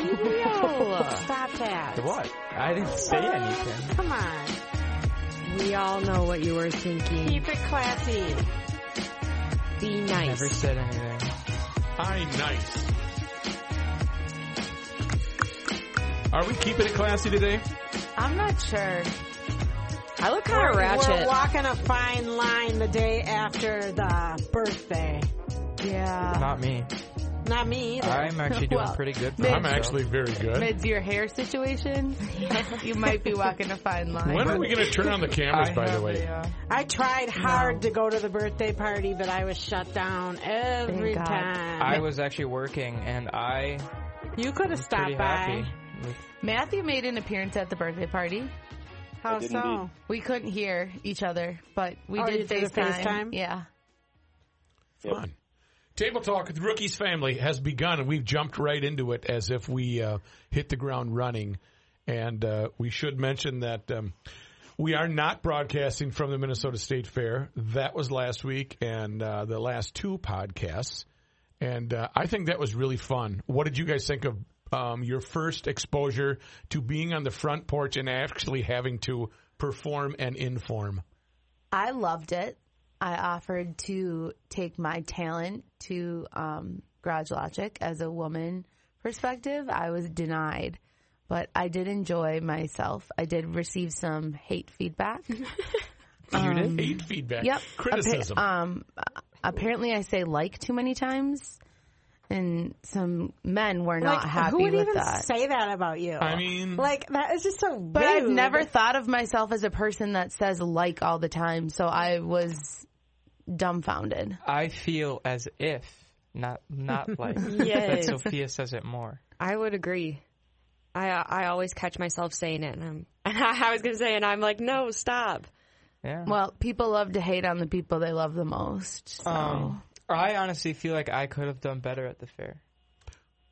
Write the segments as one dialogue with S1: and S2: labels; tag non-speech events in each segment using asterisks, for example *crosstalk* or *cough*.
S1: No, stop that.
S2: What? I didn't say anything.
S1: Come on,
S3: *laughs* We all know what you were thinking.
S1: keep it classy.
S3: Be
S2: I
S3: nice.
S2: never said anything.
S4: I nice. Are we keeping it classy today?
S1: I'm not sure.
S3: I look kind of ratchet.
S1: We're walking a fine line the day after the birthday.
S3: yeah.
S2: Not me.
S1: Not me either.
S2: I'm actually doing
S5: Well,
S2: pretty good. for
S5: maybe-
S4: I'm
S2: myself.
S4: actually very good.
S5: Mids, your hair situation, you might be walking a fine line.
S4: When are we going to turn on the cameras,
S2: I
S4: by the
S2: have uh,
S4: way?
S5: Yeah.
S1: I tried hard to go to the birthday party, but I was shut down every
S3: Thank God.
S1: time.
S2: I was actually working, and I
S1: you could have
S2: was pretty
S1: stopped by.
S2: happy. with-
S5: Matthew made an appearance at the birthday party.
S1: How
S6: did
S1: so?
S6: indeed.
S5: We couldn't hear each other, but we
S1: Oh, you
S5: did
S1: did a
S5: FaceTime.
S1: FaceTime?
S5: Yeah.
S4: Fun. Table Talk with the Rookies Family has begun, and we've jumped right into it as if we uh, hit the ground running. And uh, we should mention that um, we are not broadcasting from the Minnesota State Fair. That was last week and uh, the last two podcasts. And uh, I think that was really fun. What did you guys think of um, your first exposure to being on the front porch and actually having to perform and inform?
S5: I loved it. I offered to take my talent to um, Garage Logic as a woman perspective. I was denied, but I did enjoy myself. I did receive some hate feedback.
S4: You did hate feedback,
S5: Yep. Appa-
S4: criticism.
S5: um, apparently, I say like too many times, and some men were not
S1: Like,
S5: happy
S1: who would
S5: with
S1: even
S5: that.
S1: say that about you?
S4: I mean,
S1: like that is just so.
S5: but I've
S1: rude.
S5: never thought of myself as a person that says like all the time, so I was dumbfounded.
S2: I feel as if not not like. But
S3: Yes.
S2: Sophia says it more.
S3: I would agree. I I always catch myself saying it, and I'm *laughs* I was gonna say, and I'm like, no, stop.
S2: Yeah.
S5: Well, people love to hate on the people they love the most. So.
S3: Oh.
S2: Um, I honestly feel like I could have done better at the fair.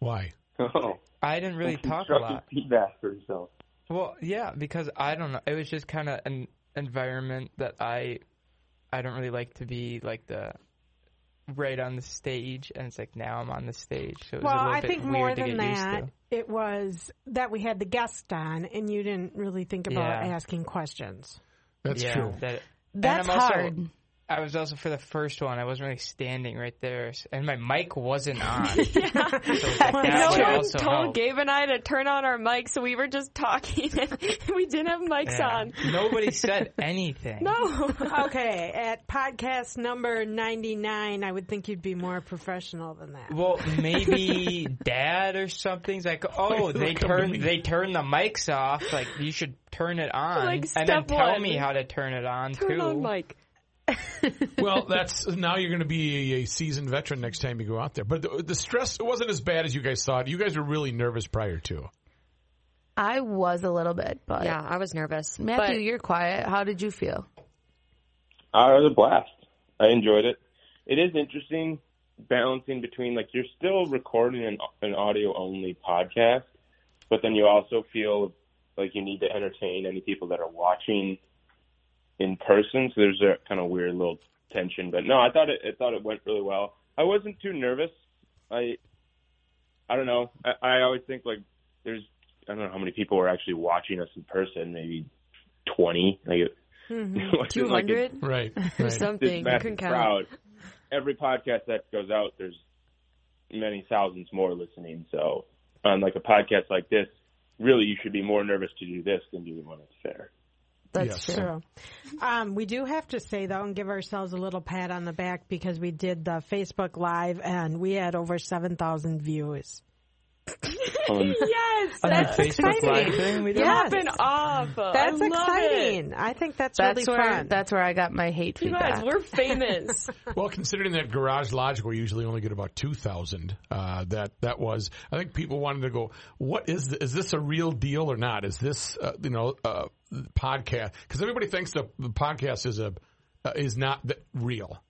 S4: why?
S6: Oh,
S2: I didn't really talk a
S6: constructive
S2: lot.
S6: feedback for himself.
S2: Well, yeah, because I don't know. It was just kind of an environment that I, I don't really like to be like the, right on the stage, and it's like now I'm on the stage, so it was
S1: Well,
S2: a little
S1: I
S2: bit
S1: think
S2: weird
S1: more
S2: to
S1: than
S2: get
S1: that,
S2: used to.
S1: it was that we had the guest on, and you didn't really think about
S2: Yeah.
S1: asking questions.
S4: That's
S2: yeah,
S4: true.
S2: That, and
S5: That's
S2: I'm also-
S5: hard.
S2: I was also for the first one. I wasn't really standing right there, s- and my mic wasn't on. So it was like, that
S3: no
S2: would
S3: one
S2: also
S3: told
S2: help.
S3: Gabe and I to turn on our mics, so we were just talking, *laughs* and we didn't have mics
S2: Yeah.
S3: on. *laughs* Oh,
S2: Nobody said anything.
S3: No.
S1: okay, at podcast number ninety nine, I would think you'd be more professional than that.
S2: Well, *laughs* maybe dad or something's like, oh, they
S4: Come to me.
S2: turn they turn the mics off. Like you should turn it on,
S3: Like,
S2: and then
S3: step
S2: tell
S3: one.
S2: me how to turn it on
S3: Turn
S2: too.
S3: on mic.
S4: *laughs* Well, that's now you're going to be a seasoned veteran next time you go out there. But the, the stress wasn't as bad as you guys thought. You guys were really nervous prior to.
S5: I was a little bit, but
S3: Yeah, I was nervous.
S5: Matthew,
S3: but
S5: you're quiet. How did you feel?
S6: I was a blast. I enjoyed it. It is interesting balancing between like you're still recording an, an audio only podcast, but then you also feel like you need to entertain any people that are watching in person. So there's a kind of weird little tension. But no, I thought it I thought it went really well. I wasn't too nervous. I I don't know. I, I always think like there's I don't know how many people were actually watching us in person. Maybe twenty. Like it- *laughs* it wasn't
S3: two
S6: like
S3: hundred
S6: it-
S4: *laughs* Right.
S3: or something.
S6: this
S3: You
S6: massive
S3: couldn't count.
S6: crowd. Every podcast that goes out, there's many thousands more listening. So on like a podcast like this, really you should be more nervous to do this than do the one that's fair.
S5: That's
S4: Yes.
S5: true.
S1: True. Um, we do have to say though, and give ourselves a little pat on the back because we did the Facebook Live, and we had over seven thousand views.
S6: Um,
S3: Yes,
S2: On
S3: that's
S2: the Facebook
S3: exciting.
S2: Live thing, we did.
S1: Yeah.
S3: Popping off.
S1: That's
S3: I love It.
S1: exciting. I think that's,
S5: That's
S1: really
S5: where
S1: fun.
S5: that's where I got my hate
S3: You
S5: feedback.
S3: guys, we're *laughs* famous.
S4: Well, considering that Garage Logic, we usually only get about two thousand. Uh, that that was. I think people wanted to go. What is th- is this a real deal or not? Is this uh, you know uh, podcast? Because everybody thinks the, the podcast is a uh, is not th- real.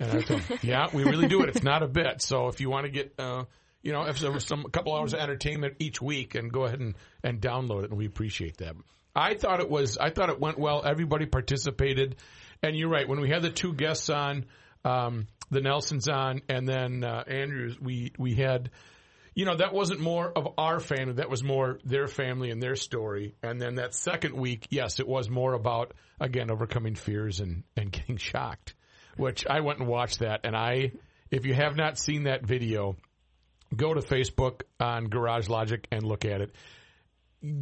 S4: And I told them, yeah, we really do it. It's not a bit. So if you want to get, uh, you know, if there was some a couple hours of entertainment each week, and go ahead and and download it, and we appreciate that. I thought it was. I thought it went well. Everybody participated, and you're right. When we had the two guests on, um, the Nelsons on, and then uh, Andrews, we we had you know, that wasn't more of our family. That was more their family and their story. And then that second week, yes, it was more about, again, overcoming fears and, and getting shocked, which I went and watched that. And I, if you have not seen that video, go to Facebook on Garage Logic and look at it.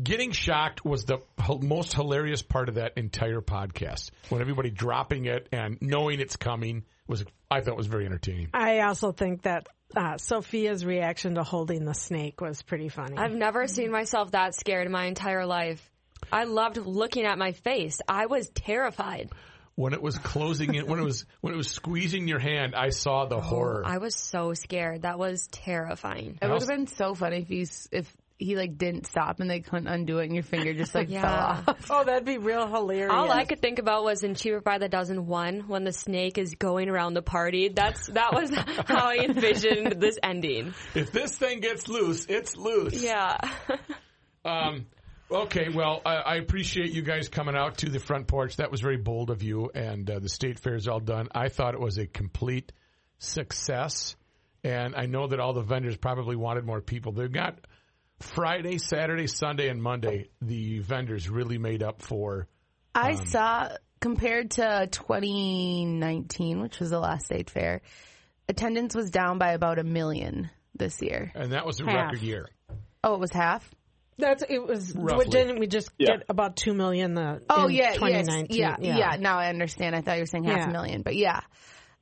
S4: Getting shocked was the h- most hilarious part of that entire podcast. When everybody dropping it and knowing it's coming was, I thought was very entertaining.
S1: I also think that uh, Sophia's reaction to holding the snake was pretty funny.
S3: I've never seen myself that scared in my entire life. I loved looking at my face. I was terrified.
S4: When it was closing in, when it was when it was squeezing your hand, I saw the horror.
S3: I was so scared. That was terrifying.
S5: It would have been so funny if you s- if he like didn't stop and they couldn't undo it and your finger just like
S3: Yeah.
S5: fell off.
S1: oh, that'd be real hilarious.
S3: All I could think about was in Cheaper by the Dozen One when the snake is going around the party. That's that was *laughs* how I envisioned this ending.
S4: If this thing gets loose, it's loose.
S3: Yeah.
S4: Um, okay, well, I, I appreciate you guys coming out to the front porch. That was very bold of you, and uh, the state fair is all done. I thought it was a complete success, and I know that all the vendors probably wanted more people. They've got Friday, Saturday, Sunday, and Monday. The vendors really made up for.
S5: *laughs* I saw compared to 2019, which was the last state fair, attendance was down by about a million this year.
S4: And that was a
S1: Half.
S4: record year.
S5: Oh, it was half.
S1: That's it was.
S4: Roughly.
S1: Didn't we just
S6: Yeah.
S1: get about two million? The
S5: Oh
S1: in
S5: yeah, yes,
S1: 2019?
S5: yeah, yeah, Now I understand. I thought you were saying half
S1: Yeah.
S5: a million, but yeah.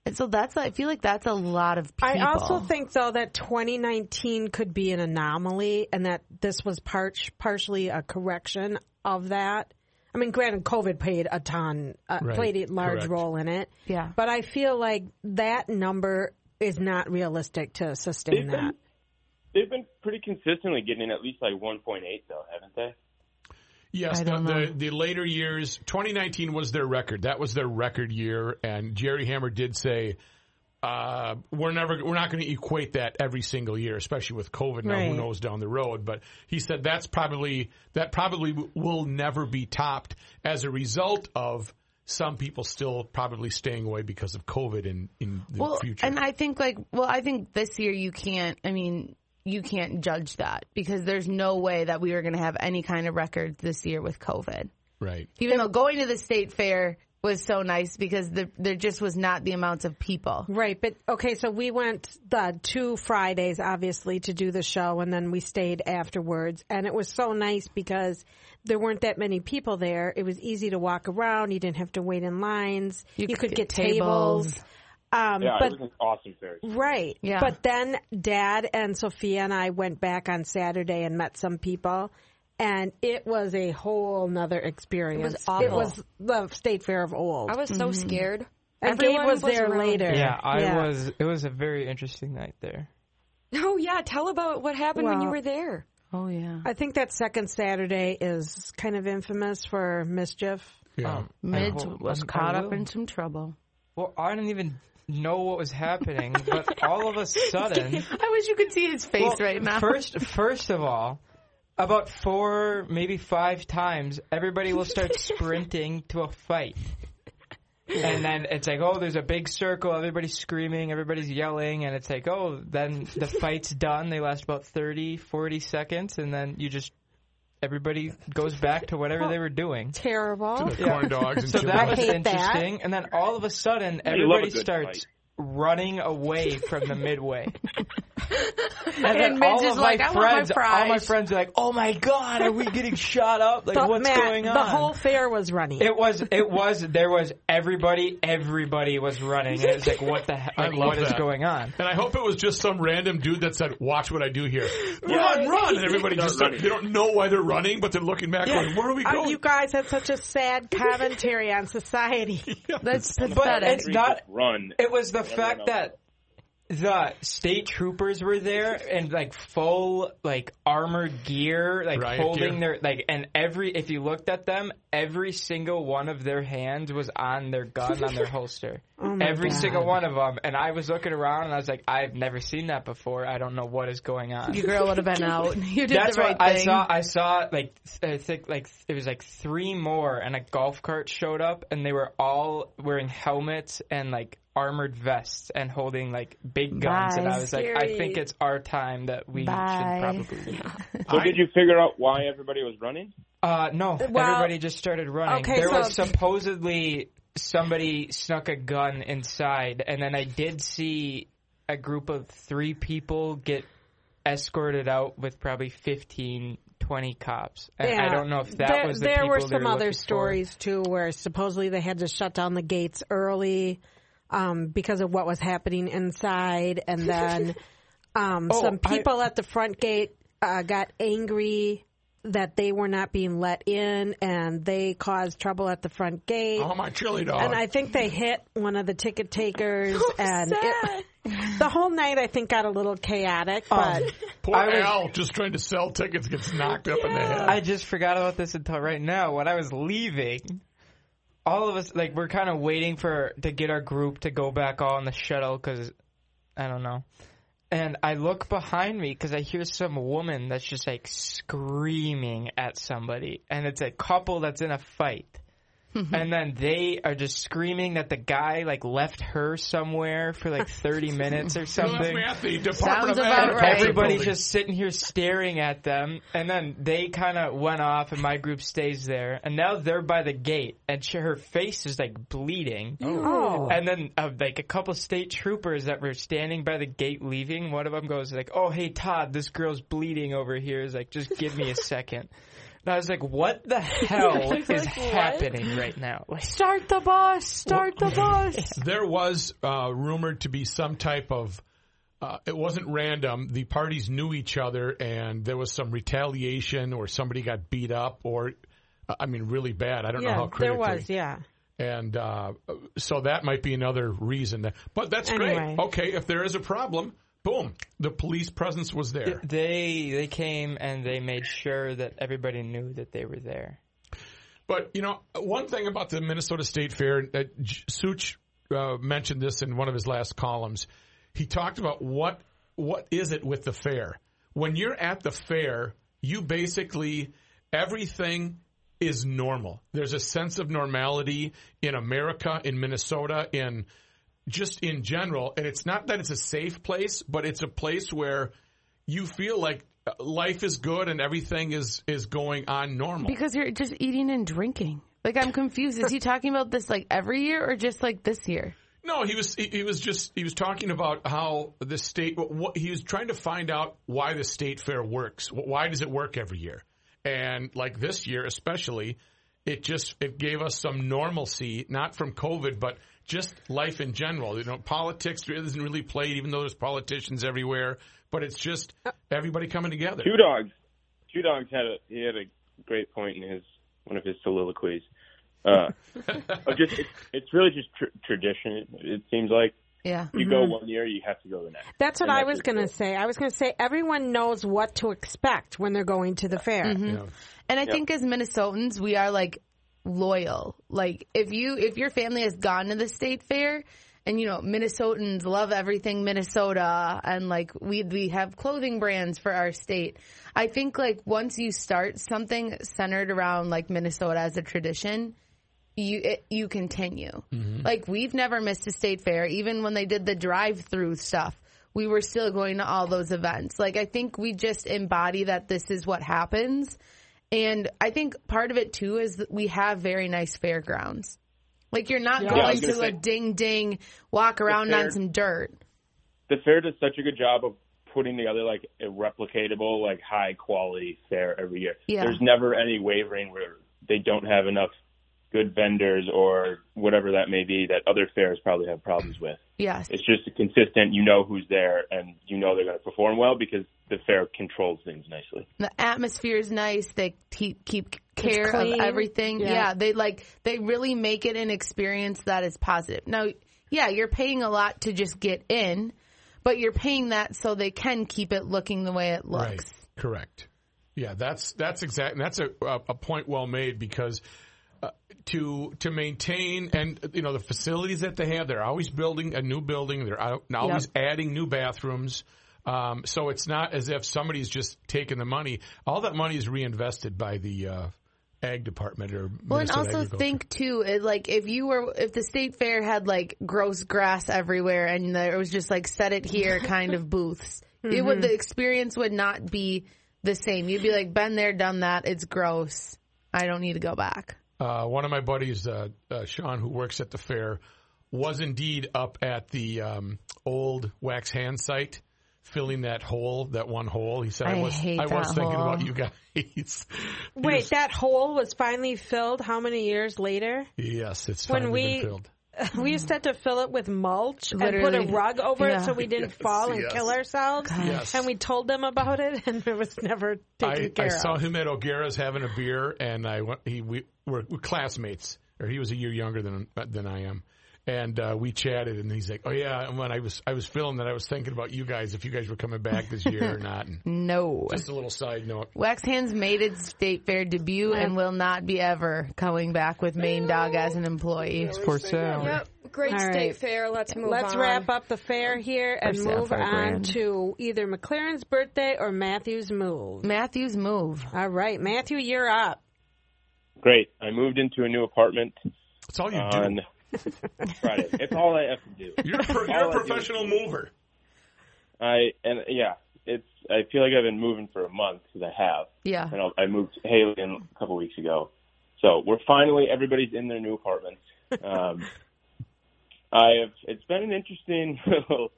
S5: And so that's I feel like that's a lot of people.
S1: I also think though that 2019 could be an anomaly, and that this was part partially a correction of that. I mean, granted, COVID played a ton, uh,
S4: Right.
S1: played a large
S4: Correct.
S1: role in it.
S5: Yeah.
S1: but I feel like that number is not realistic to sustain
S6: They've
S1: that.
S6: been, *laughs* they've been pretty consistently getting at least like 1.8 though, haven't they?
S4: Yes,
S5: I
S4: the,
S5: don't
S4: the the later years, 2019 was their record. That was their record year, and Jerry Hammer did say, uh, "We're never, we're not going to equate that every single year, especially with COVID. Now, who
S1: Right.
S4: knows down the road?" But he said that's probably that probably w- will never be topped as a result of some people still probably staying away because of COVID in in the
S5: well,
S4: future.
S5: and I think like well, I think this year you can't. I mean, you can't judge that because there's no way that we were going to have any kind of record this year with COVID.
S4: right.
S5: Even though going to the state fair was so nice because the, there just was not the amount of people.
S1: Right, but okay, so we went the two Fridays obviously to do the show and then we stayed afterwards and it was so nice because there weren't that many people there. It was easy to walk around, you didn't have to wait in lines. You, could, get, tables. Um
S6: Yeah,
S1: but
S6: it was an awesome fair.
S1: right.
S5: Yeah.
S1: But then dad and Sophia and I went back on Saturday and met some people and it was a whole nother experience.
S3: awful.
S1: was the state fair of old.
S3: I was so scared.
S1: and Gabe
S3: Everyone
S1: Mm-hmm. was, there
S3: around.
S1: later.
S2: Yeah, I was. It was a very interesting night there.
S3: Oh yeah, tell about what happened when you
S1: Well-
S3: were there.
S5: Oh yeah,
S1: I think that second Saturday is kind of infamous for mischief.
S4: Yeah.
S2: Um, I
S5: Midge
S2: will-
S5: was
S2: I
S5: caught up
S2: will.
S5: in some trouble.
S2: Well, I didn't even know what was happening, but
S3: *laughs*
S2: all of a sudden,
S5: I wish you could see his face
S2: Well,
S5: right now.
S2: First, first of all, about four, maybe five times, everybody will
S5: *laughs*
S2: start sprinting to a fight. And then it's like, oh, there's a big circle. Everybody's screaming. Everybody's yelling. And it's like, oh, then the fight's done. They last about 30, 40 seconds. And then you just, everybody goes back to whatever they were doing.
S1: Terrible.
S4: The corn dogs
S5: *laughs*
S4: and
S2: So
S4: chili
S2: that was
S1: hate that.
S2: interesting. And then all of a sudden,
S6: love a
S2: everybody
S6: good
S2: starts
S6: fight.
S2: running away from the
S5: *laughs*
S2: midway. and
S5: And Midge is like, "I want my
S2: friends, all my
S5: fries."
S2: friends are like, "Oh my god, are we getting shot up? Like,
S1: But
S2: what's
S1: Matt,
S2: going on?"
S1: The whole fair was running.
S2: it was, it was, there was everybody, everybody was running, and it was like, "What
S6: *laughs*
S2: the heck?
S4: I
S2: Like,
S4: love
S2: what is
S4: that.
S2: going on?"
S4: And I hope it was just some random dude that said, "Watch what I do here." Run, run! And everybody just
S6: running.
S4: they don't know why they're running, but they're looking back
S2: Yeah.
S4: like, "Where are we
S1: Oh,
S4: going?"
S1: you guys had such a
S2: *laughs*
S1: sad commentary on society.
S5: That's
S2: But
S5: pathetic.
S2: it's not
S6: run.
S2: It was the
S6: everyone
S2: fact
S6: else.
S2: that the state troopers were there and like full like armored gear, like
S4: Riot
S2: holding
S4: gear.
S2: their like, and every
S1: *laughs*
S2: if you looked at them, every single one of their hands was on their gun on their holster.
S1: Oh my
S2: Every
S1: God.
S2: single one of them. And I was looking around and I was like, I've never seen that before. I don't know what is going on.
S5: Your girl would have been out. You did
S2: That's
S5: the right
S2: what
S5: thing.
S2: I saw. I saw like I think like it was like three more, and a golf cart showed up, and they were all wearing helmets and like armored vests and holding like big guns. and
S5: Bye.
S2: I was like, I
S3: Scary.
S2: think it's our time that we
S5: Bye.
S2: should probably.
S5: *laughs*
S6: So did you figure out why everybody was running?
S2: Uh, no,
S1: Well-
S2: everybody just started running.
S1: Okay,
S2: there
S1: so-
S2: was supposedly somebody snuck a gun inside, and then I did see a group of three people get escorted out with probably 15, 20 cops. And I don't know if that
S1: there,
S2: was the
S1: there were
S2: people they
S1: some other
S2: looking for.
S1: stories too, where supposedly they had to shut down the gates early um, because of what was happening inside,
S2: *laughs*
S1: and then um,
S2: Oh,
S1: some
S2: I-
S1: people at the front gate uh, got angry that they were not being let in, and they caused trouble at the front gate.
S4: Oh my chili dog!
S1: And I think they hit one of the ticket takers, and it, *laughs* the whole night I think got a little chaotic. But
S4: Poor
S2: Oh. I was-
S4: Al, just trying to sell tickets, gets knocked up in the head.
S2: I just forgot about this until right now. When I was leaving, all of us like we're kind of waiting for to get our group to go back all in the shuttle because I don't know. And I look behind me because I hear some woman that's just like screaming at somebody, and it's a couple that's in a fight. and then they are just screaming that the guy like left her somewhere for like 30 minutes or
S4: They left
S2: something.
S4: me at the Department
S5: Sounds
S4: of
S5: about
S4: Agriculture
S5: right.
S2: Everybody's
S4: building.
S2: just sitting here staring at them, and then they kind of went off, and my group stays there, and now they're by the gate, and she, her face is like bleeding.
S1: oh,
S2: And then, uh, like a couple state troopers that were standing by the gate leaving, one of them goes like, "Oh, hey Todd, this girl's bleeding over here. Is like, just give me a second. And I was like, "What the hell is happening right now?" Like,
S1: start the bus, start the
S3: *laughs*
S1: bus.
S4: there was uh, rumored to be some type of. Uh, it wasn't random. The parties knew each other, and there was some retaliation, or somebody got beat up, or uh, I mean, really bad. I don't know
S1: Yeah,
S4: how
S1: there
S4: critically.
S1: was, yeah.
S4: And uh, so that might be another reason. That, but that's
S1: Anyway.
S4: great. Okay, if there is a problem, boom, the police presence was there.
S2: they they came and they made sure that everybody knew that they were there.
S4: But you know, one thing about the Minnesota State Fair, uh, J- Such uh, mentioned this in one of his last columns. He talked about what what is it with the fair? When you're at the fair, you basically everything is normal. There's a sense of normality in America, in Minnesota, in just in general. And it's not that it's a safe place, but it's a place where you feel like uh, life is good and everything is is going on normal.
S5: Because you're just eating and drinking. Like I'm confused. Is he talking about this like every year or just like this year?
S4: No, he was he, he was just he was talking about how the state. What, what, he was trying to find out why the state fair works. Wh- Why does it work every year? And like this year, especially, it just it gave us some normalcy, not from COVID, but just life in general. You know, politics isn't really played, even though there's politicians everywhere. But it's just everybody coming together.
S6: Two dogs. Two dogs had a he had a great point in his one of his soliloquies. Uh, of just it's, it's really just tr- tradition. It seems like
S5: Yeah.
S6: you go one year, you have to go the next.
S1: That's what
S6: And
S1: I
S6: that's
S1: was
S6: just
S1: going to
S6: it.
S1: say. I was going to say everyone knows what to expect when they're going to the fair.
S4: Yeah.
S5: And I think as Minnesotans, we are like loyal. Like if you if your family has gone to the state fair and you know, Minnesotans love everything Minnesota and like we we have clothing brands for our state. I think like once you start something centered around like Minnesota as a tradition, you it, you continue. Like we've never missed a state fair, even when they did the drive-through stuff. We were still going to all those events. Like I think we just embody that this is what happens, and I think part of it too is that we have very nice fairgrounds. Like you're not
S6: I
S5: going
S6: was
S5: to
S6: gonna
S5: a
S6: say-
S5: ding ding walk around on
S6: fair-
S5: some dirt.
S6: The fair does such a good job of putting together like a replicatable, like high quality fair every year.
S5: Yeah.
S6: There's never any wavering where they don't have enough good vendors or whatever that may be that other fairs probably have problems with.
S5: Yes.
S6: It's just a consistent. You know who's there, and you know they're going to perform well because the fair controls things nicely.
S5: the atmosphere is nice. They te- keep care of
S1: clean.
S5: everything.
S1: Yeah.
S5: Yeah. they like they really make it an experience that is positive. Now, yeah, you're paying a lot to just get in, but you're paying that so they can keep it looking the way it looks.
S4: Right. Correct. Yeah, that's that's exact. and That's a a a point well made because uh, to to maintain and you know the facilities that they have. They're always building a new building. They're al- always adding new bathrooms. Um, so it's not as if somebody's just taking the money. All that money is reinvested by the uh, ag department or
S5: Well, and also think too, it, like if you were, if the state fair had like gross grass everywhere and there was just like set
S1: *laughs*
S5: it here kind of booths, it
S1: Mm-hmm.
S5: would the experience would not be the same. You'd be like, been there, done that. It's gross. I don't need to go back.
S4: uh, one of my buddies, uh, uh, Sean, who works at the fair, was indeed up at the um, old wax hand site, filling that hole, that one hole. He said, "I,
S5: I
S4: was,
S5: hate
S4: I was
S5: that
S4: thinking
S5: hole.
S4: about you guys." *laughs*
S1: Wait, that hole was finally filled how many years *laughs* later?
S4: yes, it's
S1: When
S4: finally
S1: we-
S4: been filled.
S1: We used to have to fill it with mulch and
S5: Literally.
S1: put a rug over it
S5: Yeah.
S1: so we didn't fall and
S4: yes.
S1: kill ourselves.
S4: Yes.
S1: And we told them about it *laughs* and it was never taken
S4: I,
S1: care
S4: I
S1: of.
S4: saw him at O'Gara's having a beer, and I went, he we were, were classmates, or he was a year younger than than I am, and uh, we chatted, and he's like, "Oh yeah," and when I was I was feeling that I was thinking about you guys if you guys were coming back this year or not. And
S5: No.
S4: just a little side note.
S5: Wax Hands made its state fair debut and will not be ever coming back with Maine Dog as an employee.
S2: for sale.
S3: Yep. Great
S1: All
S3: state
S1: right.
S3: fair. Let's move
S1: Let's
S3: on.
S1: wrap up the fair here and
S5: sale
S1: move
S5: for a
S1: on
S5: grand.
S1: to either McLaren's birthday or Matthew's move.
S5: Matthews move.
S1: All right, Matthew, you're up.
S6: Great. I moved into a new apartment
S4: That's all you
S6: on
S4: *laughs* do.
S6: Friday. It's all I have to do.
S4: You're a, pro-
S6: All
S4: you're
S6: I
S4: a
S6: do
S4: professional mover.
S6: I and yeah, it's. I feel like I've been moving for a month because I have,
S5: Yeah.
S6: and I'll, I moved Haley in a couple weeks ago, so we're finally everybody's in their new apartments. Um, I have. It's been an interesting *laughs* little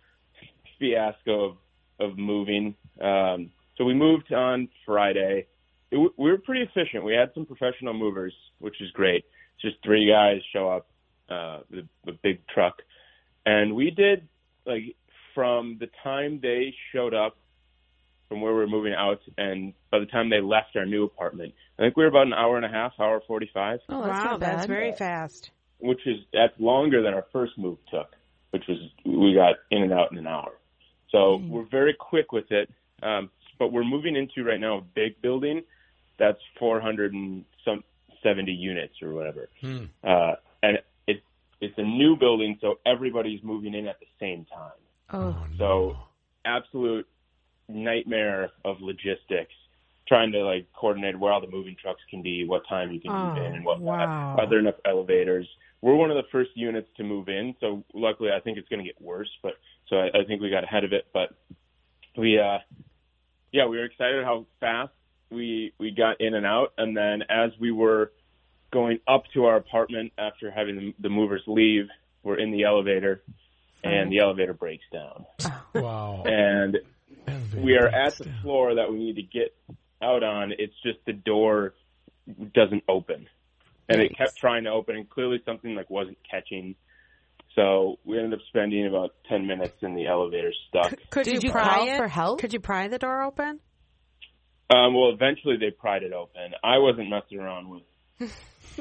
S6: fiasco of of moving. Um, so we moved on Friday. It, w- we were pretty efficient. We had some professional movers, which is great. It's just three guys show up uh, with a big truck, and we did like from the time they showed up from where we were moving out and by the time they left our new apartment i think we were about an hour and a half hour 45
S5: Oh, that's
S1: wow,
S5: not bad.
S1: that's very fast.
S6: which is that's longer than our first move took which was we got in and out in an hour so we're very quick with it um, but we're moving into right now a big building that's 400 and some 70 units or whatever
S5: Hmm.
S6: uh, and it, it's a new building so everybody's moving in at the same time
S5: oh,
S6: so absolute nightmare of logistics, trying to like coordinate where all the moving trucks can be, what time you can move in, and what
S1: wow.
S6: are there enough elevators. We're one of the first units to move in, so luckily I think it's going to get worse. But so I, I think we got ahead of it. But we, uh, yeah, we were excited how fast we we got in and out, and then as we were going up to our apartment after having the, the movers leave, we're in the elevator, and the elevator breaks down
S4: Wow.
S6: and we are at the floor that we need to get out on. It's just the door doesn't open, and it kept trying to open, and clearly something like wasn't catching. So we ended up spending about ten minutes in the elevator stuck.
S1: Could
S5: Did
S1: you
S5: you
S1: pry
S5: call
S1: it?
S5: for help?
S1: Could you pry the door open?
S6: Um, well, eventually they pried it open. I wasn't messing around with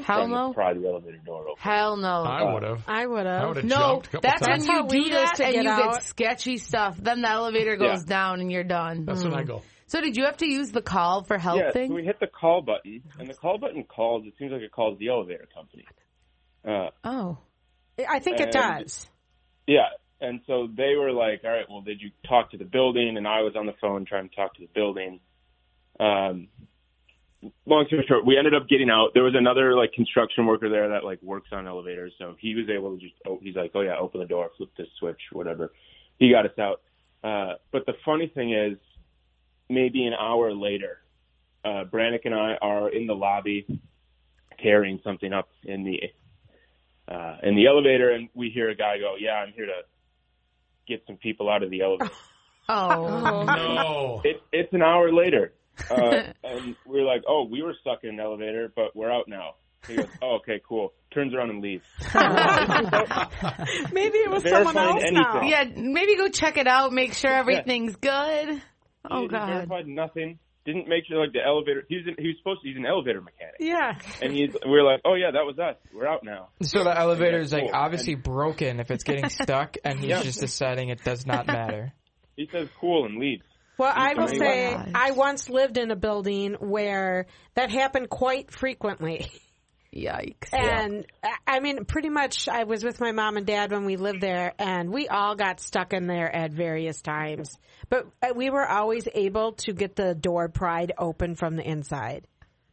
S5: hell
S6: trying to
S5: no.
S6: pry the elevator door open.
S5: Hell no.
S4: I would have.
S1: I would
S4: I
S1: have.
S4: would have
S5: No,
S4: jumped a couple
S5: that's
S4: times.
S1: That's
S5: when
S1: how
S5: you
S1: we
S5: do
S1: used
S5: that
S1: to
S5: and
S1: get
S5: you
S1: out.
S5: get sketchy stuff. Then the elevator goes
S6: Yeah.
S5: down and you're done.
S4: That's when I
S6: *laughs*
S4: go.
S5: So did you have to use the call for help
S6: yeah,
S5: thing?
S6: so we hit the call button, and the call button calls. It seems like it calls the elevator company. Uh,
S5: oh,
S1: I think it
S6: And-
S1: does.
S6: Yeah. And so they were like, all right, well, did you talk to the building? And I was on the phone trying to talk to the building. Um, long story short, we ended up getting out. There was another like construction worker there that like works on elevators. So he was able to just, oh, he's like, oh yeah, open the door, flip this switch, whatever. He got us out. Uh, but the funny thing is maybe an hour later, uh, Brannick and I are in the lobby carrying something up in the uh, in the elevator, and we hear a guy go, "Yeah, I'm here to get some people out of the elevator."
S5: oh,
S4: No.
S6: it, it's an hour later, uh, and we're like, "Oh, we were stuck in an elevator, but we're out now." He goes, "Oh, okay, cool." Turns around and leaves.
S1: Maybe it was
S6: Verifying
S1: someone else now.
S6: anything.
S5: yeah. Maybe go check it out. Make sure everything's good. *laughs* Oh
S6: he
S5: God.
S6: verified nothing. Didn't make sure like the elevator. He was in, he was supposed to. He's an elevator mechanic,
S1: Yeah.
S6: and he's we're like, "Oh yeah, that was us. We're out now."
S2: So the elevator is like
S6: Cool.
S2: obviously broken if it's
S4: *laughs*
S2: getting stuck, and he's just deciding it does not matter.
S6: He says, "Cool," and leaves.
S1: Well, I will
S6: Wow.
S1: say I once lived in a building where that happened quite frequently.
S5: Yikes.
S1: And I- I mean, pretty much, I was with my mom and dad when we lived there, and we all got stuck in there at various times. But uh, we were always able to get the door pried open from the inside.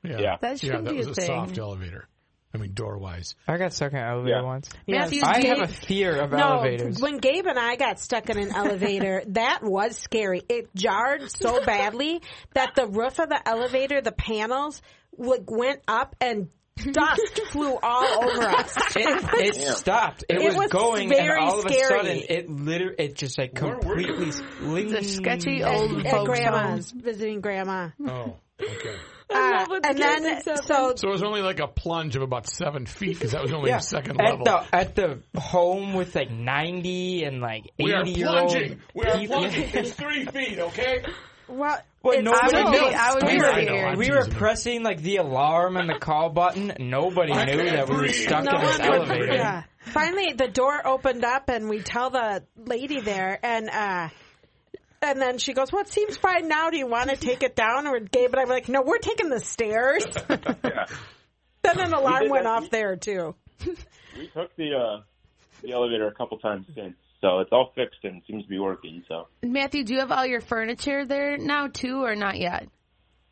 S6: Yeah.
S5: That should
S4: yeah, that
S5: be
S4: was
S5: a
S4: a
S5: thing.
S4: soft elevator. I mean, door wise.
S2: *laughs* I got stuck in an elevator
S6: Yeah.
S2: once.
S1: Matthew,
S2: I
S1: do you-
S2: have a fear of
S1: no,
S2: elevators.
S1: when Gabe and I got stuck in an *laughs* elevator, that was scary. It jarred so badly that the roof of the elevator, the panels, like went up and *laughs* dust flew all over us. *laughs*
S2: It, it stopped. It,
S1: It
S2: was,
S1: was
S2: going,
S1: very
S2: and all of
S1: scary.
S2: a sudden, it literally, it just like completely.
S5: It's a sketchy
S1: At-
S5: old
S1: at
S5: folks'
S1: grandma's,
S5: home.
S1: visiting grandma.
S4: Oh, okay.
S1: Uh, and then so
S4: *laughs* So it was only like a plunge of about seven feet because that was only
S2: Yeah,
S4: the second
S2: at
S4: level.
S2: the at the home with like ninety and like eighty
S4: we are
S2: year old
S4: plunging. We are
S2: people.
S6: *laughs*
S4: plunging.
S2: *laughs*
S4: It's three feet, okay?
S1: well,
S2: Well,
S1: it's-
S2: nobody
S5: I would
S2: knew.
S5: be- I would
S2: we
S5: be
S2: were,
S5: scared. I know,
S2: we
S4: I'm
S2: were
S4: teasing you.
S2: pressing like the alarm and the call button. Nobody
S4: I
S2: knew
S4: can't
S2: that we were
S4: breathe.
S2: stuck
S1: no
S2: in this
S1: one would-
S2: elevator.
S1: yeah. Finally, the door opened up, and we tell the lady there, and uh, and then she goes, "Well, it seems fine now. Do you want to take it down?" Or Gabe and I'm like, "No, we're taking the stairs." *laughs* Then an alarm
S6: did
S1: went
S6: that.
S1: off there too.
S6: We took the uh, the elevator a couple times since, so it's all fixed and seems to be working. So,
S5: Matthew, do you have all your furniture there now too, or not yet?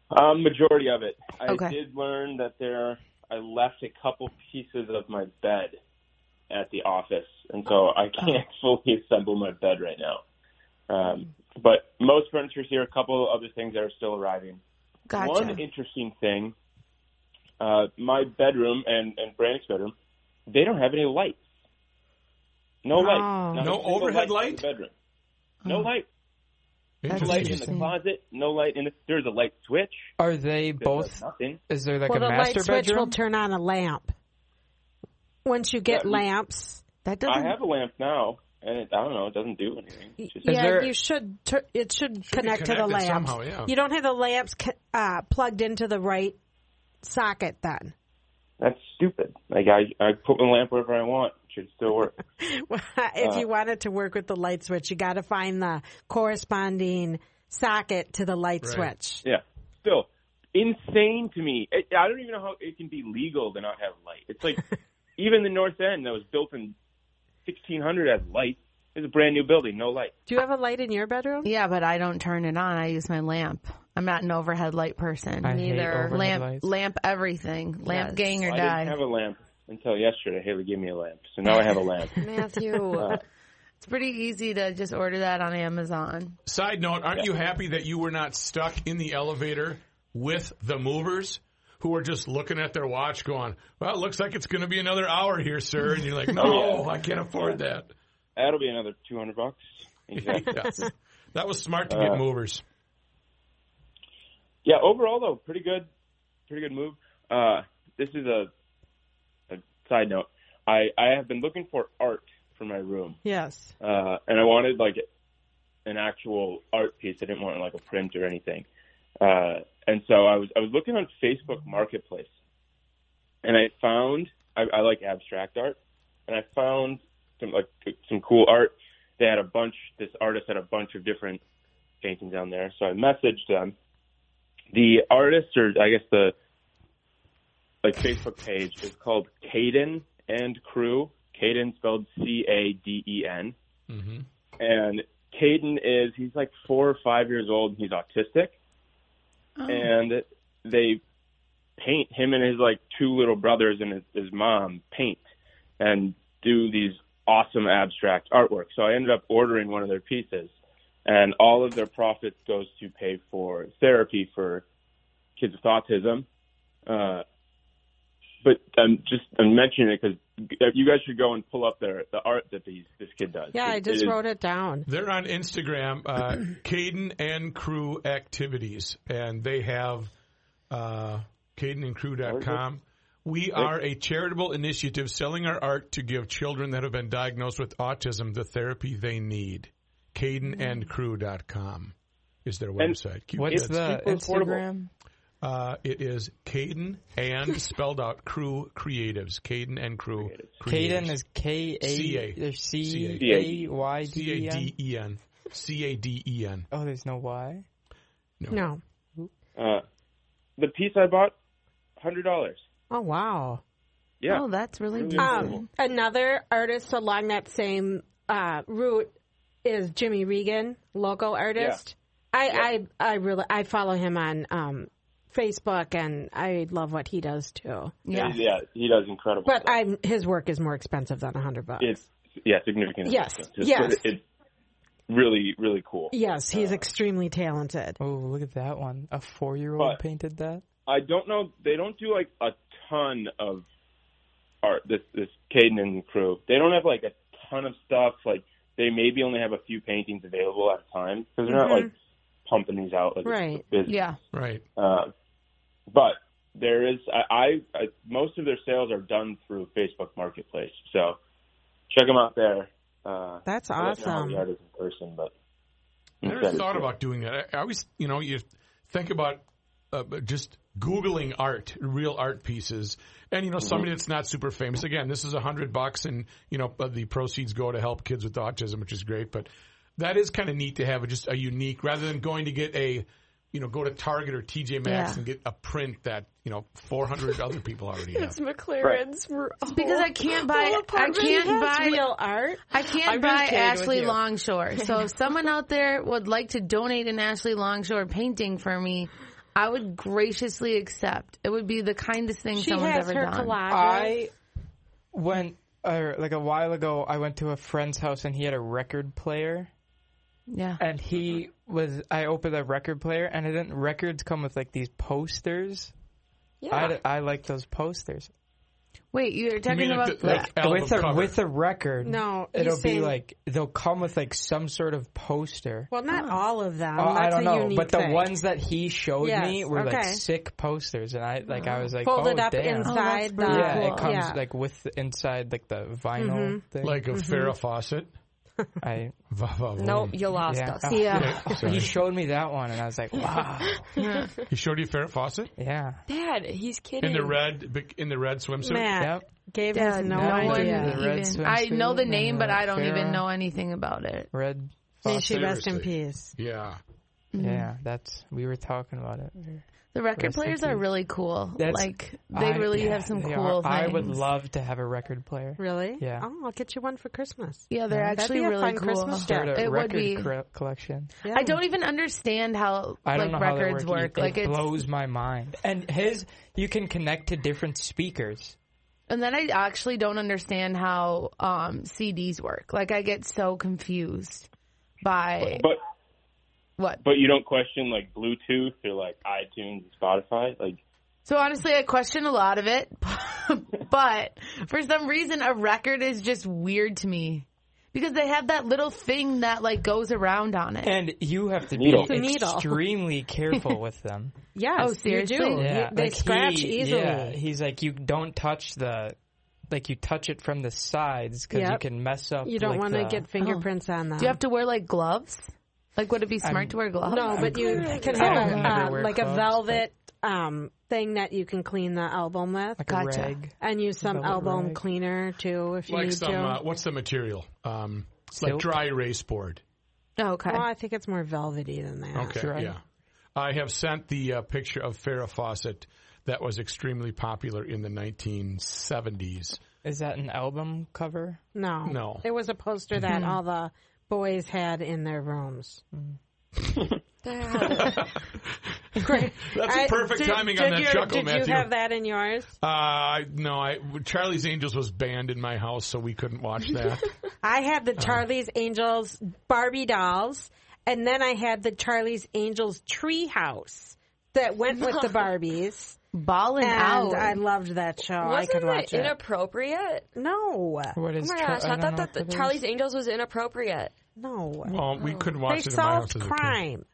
S6: um, majority of it. I
S5: Okay.
S6: did learn that there. I left a couple pieces of my bed at the office, and so
S5: Oh.
S6: I can't *laughs* fully assemble my bed right now. Um, but most furniture's here. A couple other things that are still arriving.
S5: Gotcha.
S6: One interesting thing, uh, my bedroom and, and Brannick's bedroom, they don't have any lights. No lights.
S1: Oh.
S6: Not a
S4: No
S6: single
S4: overhead
S6: light? in
S4: light?
S6: the bedroom. No light.
S5: Oh. That's
S6: No light in the
S5: Interesting.
S6: closet. No light in the. There's a light switch.
S2: Are they
S6: There's
S2: both?
S6: nothing.
S2: Is there like
S1: well,
S2: a
S1: the light
S2: master
S1: switch
S2: bedroom?
S1: will turn on a lamp. Once you get
S6: Yeah, we-
S1: lamps,
S5: That
S6: I
S5: doesn't.
S6: have a lamp now, and it, I don't know. It doesn't do anything. It's just,
S1: yeah,
S2: there-
S1: you should. Tur- it should,
S4: be
S1: connect to the
S4: connected
S1: lamps.
S4: somehow, yeah.
S1: You don't have the lamps co- uh, plugged into the right socket. Then
S6: That's stupid. Like I, I put my lamp wherever I want. It should still work.
S1: *laughs*
S6: Uh,
S1: if you want it to work with the light switch, you got to find the corresponding socket to the light
S4: Right.
S1: switch.
S6: Yeah. Still, insane to me. It, I don't even know how it can be legal to not have light. It's like even the North End that was built in 1600 has light. It's a brand new building, no light.
S1: Do you have a light in your bedroom?
S5: Yeah, but I don't turn it on. I use my lamp. I'm not an overhead light person.
S2: I hate
S3: Neither.
S2: overhead
S5: lamp,
S2: lights.
S5: lamp everything. Lamp
S3: Yes.
S5: gang or
S6: I
S5: die. *laughs*
S6: didn't have a lamp until yesterday. Haley gave me a lamp, so now I have a lamp.
S3: Matthew.
S5: uh, it's pretty easy to just order that on Amazon.
S4: Side note, aren't you happy that you were not stuck in the elevator with the movers who were just looking at their watch going, well, it looks like it's going to be another hour here, sir. And you're like, no, I can't afford that. *laughs*
S6: That'll be another 200 bucks. Exactly.
S4: Yes. That was smart to get movers.
S6: yeah. Overall, though, pretty good. Pretty good move. Uh, this is a, a side note. I I have been looking for art for my room.
S1: Yes.
S6: uh, and I wanted like an actual art piece. I didn't want like a print or anything. Uh, and so I was I was looking on Facebook Marketplace, and I found I, I like abstract art, and I found some like some cool art. They had a bunch. This artist had a bunch of different paintings on there. So I messaged them. The artist, or I guess the like Facebook page, is called Caden and Crew. Caden spelled C A D E N
S4: Mm-hmm.
S6: and Caden is he's like four or five years old and he's autistic.
S1: Oh.
S6: And they paint him and his like two little brothers and his, his mom paint and do these awesome abstract artwork. So I ended up ordering one of their pieces and all of their profits goes to pay for therapy for kids with autism. Uh, but I'm just I'm mentioning it because you guys should go and pull up their the art that these this kid does.
S1: Yeah, I
S6: It- it
S1: just
S6: is
S1: wrote it down.
S4: They're on Instagram, uh, *clears throat* Caden and Crew Activities, and they have uh, CadenandCrew.com. We are a charitable initiative selling our art to give children that have been diagnosed with autism the therapy they need.
S2: Mm-hmm.
S4: CadenandCrew.com is their website. Cute
S2: What's
S4: kids.
S2: the
S6: portable.
S2: Instagram?
S4: Uh, it is Caden and
S2: *laughs*
S4: spelled out Crew Creatives. Caden and Crew
S2: Caden
S4: Creatives.
S2: is K
S4: C-A.
S2: A or C
S6: C-A.
S2: A Y D E N.
S4: C-A-D-E-N. C-A-D-E-N.
S2: Oh, there's no Y.
S1: No.
S6: Uh, the piece I bought, hundred dollars.
S1: Oh wow.
S6: Yeah.
S5: Oh, that's really
S6: Really
S5: decent.
S1: Um, another artist along that same uh, route is Jimmy Regan, local artist. I, I I really I follow him on um, Facebook and I love what he does too.
S5: yeah.
S6: yeah, he does incredible.
S1: But
S6: stuff.
S1: I his work is more expensive than a hundred bucks.
S6: it's yeah, significant.
S1: Yes,
S6: investment. It's,
S1: yes.
S6: it's really really cool.
S1: yes,
S2: Uh,
S1: he's extremely talented.
S2: Oh, look at that one. A four year old
S6: But-
S2: painted that?
S6: I don't know. They don't do like a ton of art. This this Caden and crew. They don't have like a ton of stuff. Like they maybe only have a few paintings available at a time because they're not like pumping these out like
S1: Mm-hmm. Right.
S6: busy.
S5: Yeah.
S4: Right.
S6: Uh, but there is I, I, I most of their sales are done through Facebook Marketplace. So check them out there. Uh,
S1: That's
S6: I don't know how
S1: awesome.
S6: the art is in person, but
S4: I never thought about doing that. I, I always, you know, you think about uh, just Googling art, real art pieces, and you know, somebody that's not super famous. Again, this is a hundred bucks, and you know, uh, the proceeds go to help kids with autism, which is great. But that is kind of neat to have just a unique, rather than going to get a, you know, go to Target or TJ Maxx
S5: Yeah.
S4: and get a print that you know four hundred other people already have.
S5: *laughs*
S3: McLaren's.
S5: Because I can't buy, I
S3: apartment
S5: can't
S1: That's
S5: buy
S1: real art.
S5: I can't
S3: I'm just
S5: buy
S3: kidding with
S5: Ashley
S3: you.
S5: Longshore. So if someone out there would like to donate an Ashley Longshore painting for me, I would graciously accept. It would be the kindest thing
S1: She
S5: someone's
S1: has
S5: ever
S1: her
S5: done.
S1: collages.
S2: I went, or like a while ago, I went to a friend's house and he had a record player.
S5: Yeah.
S2: and he was i opened a record player and it didn't records come with like these posters
S3: Yeah.
S2: I, I like those posters
S5: Wait, you're
S4: You
S5: talking
S4: mean
S5: about
S4: like the- like album
S2: with a
S4: cover.
S2: with a record
S1: No, he's
S2: it'll be
S1: saying-
S2: like they'll come with like some sort of poster
S1: well, not all of them.
S2: Oh,
S1: That's
S2: I don't
S1: a
S2: know,
S1: unique
S2: but the
S1: thing.
S2: ones that he showed me
S1: Yes,
S2: were like
S1: okay.
S2: sick posters, and I like I was like,
S1: folded
S2: oh
S1: up
S2: damn,
S1: inside
S5: Oh,
S1: the
S2: yeah,
S5: cool.
S2: it comes
S1: yeah. Mm-hmm.
S2: like with the- inside like the vinyl thing.
S4: like a
S5: Mm-hmm.
S4: Farrah Fawcett.
S2: I
S4: Va- va- va.
S3: Nope, you lost
S2: Yeah.
S3: us.
S2: Oh,
S5: yeah.
S4: *laughs*
S1: uh,
S5: *laughs*
S2: he showed me that one, and I was like,
S1: *laughs*
S2: wow,
S4: He showed you Farrah Fawcett
S2: yeah,
S3: Dad, he's kidding.
S4: in the red big- in the red swimsuit.
S1: Matt
S2: yep.
S1: gave
S5: Yeah,
S1: us no,
S5: no
S2: one-
S1: idea.
S2: The red
S5: Even, I know the
S2: swimsuit
S5: name,
S2: and
S5: but
S2: the
S5: I don't even
S2: Farrah.
S5: know anything about it.
S2: red.
S1: May she rest in
S4: Seriously.
S1: peace.
S4: Yeah.
S2: Yeah, that's we were talking about it.
S5: The record
S2: Rest in
S5: players are
S2: peace.
S5: really cool.
S2: That's-
S5: like they
S2: I-
S5: really
S2: yeah,
S5: have some
S2: they are.
S5: cool things.
S2: I would love to have a record player.
S1: Really?
S2: Yeah.
S1: Oh, I'll get you one for Christmas.
S5: Yeah, they're
S1: That'd
S5: actually
S1: be a
S5: really
S1: fun
S5: cool.
S1: Christmas
S2: Start
S1: gift.
S2: a
S5: It would
S2: record
S5: be.
S2: cre- collection.
S1: Yeah.
S5: I don't even understand how
S2: I
S5: like
S2: don't know how they
S5: records
S2: work.
S5: work. Like
S2: it
S5: it's
S2: blows my mind. And his, you can connect to different speakers.
S5: And then I actually don't understand how um, CDs work. Like I get so confused by
S6: But
S5: what.
S6: but you don't question like Bluetooth or like iTunes, Spotify. Like
S5: So honestly, I question a lot of it, *laughs* but for some reason, a record is just weird to me because they have that little thing that like goes around on it.
S2: And you have to
S6: Needle.
S2: be
S1: The needle.
S2: extremely careful with them.
S1: Yes,
S5: Oh,
S1: you do.
S5: seriously?
S1: You-
S2: Yeah,
S1: they
S2: like
S1: scratch
S2: he-
S1: easily.
S2: Yeah, he's like you don't touch the, like you touch it from the sides because you
S1: Yep.
S2: can mess up.
S1: You don't
S2: like,
S1: want to
S2: the- Oh.
S1: get fingerprints on them.
S5: Do you have to wear like gloves? Like would it be smart to wear gloves?
S1: no, but you can
S2: I
S1: have
S2: don't
S1: a,
S2: ever
S1: uh,
S2: wear
S1: like a
S2: gloves,
S1: velvet um, thing that you can clean the album with,
S2: like
S5: Gotcha.
S2: a rag.
S1: and use some
S2: velvet
S1: album
S2: rag.
S1: cleaner too if you
S4: Like
S1: need
S4: some,
S1: to.
S4: uh, what's the material? Um, it's like
S2: Silk.
S4: dry erase board.
S5: Oh, Okay.
S1: well, Oh, I think it's more velvety than that.
S4: Okay,
S2: Dry.
S4: yeah. I have sent the uh, picture of Farrah Fawcett that was extremely popular in the 1970s.
S2: Is that an album cover?
S1: No,
S4: No.
S1: it was a poster that
S2: Mm-hmm.
S1: all the boys had in their rooms.
S4: Mm.
S3: Dad.
S1: *laughs* Great.
S4: That's
S1: I-
S4: perfect
S1: did-
S4: timing
S1: did
S4: on that
S1: your-
S4: chuckle,
S1: Did
S4: Matthew.
S1: you have that in yours?
S4: Uh, no, I Charlie's Angels was banned in my house, so we couldn't watch
S1: *laughs*
S4: that.
S1: I had the Charlie's Angels Barbie dolls, and then I had the Charlie's Angels tree house that went with the Barbies,
S5: Balling
S1: and
S5: out.
S1: I loved that show. I
S3: Wasn't
S1: could watch
S3: that
S1: it.
S3: inappropriate?
S1: no,
S2: What
S3: Oh
S2: is?
S3: my
S2: Char-
S3: gosh, I,
S2: don't
S3: thought
S2: know
S3: that
S2: if
S3: the
S2: it is.
S3: Charlie's Angels was inappropriate.
S1: no,
S4: well, we couldn't
S1: Oh. they
S4: watch it in my house.
S1: solved
S4: as a kid.
S1: crime.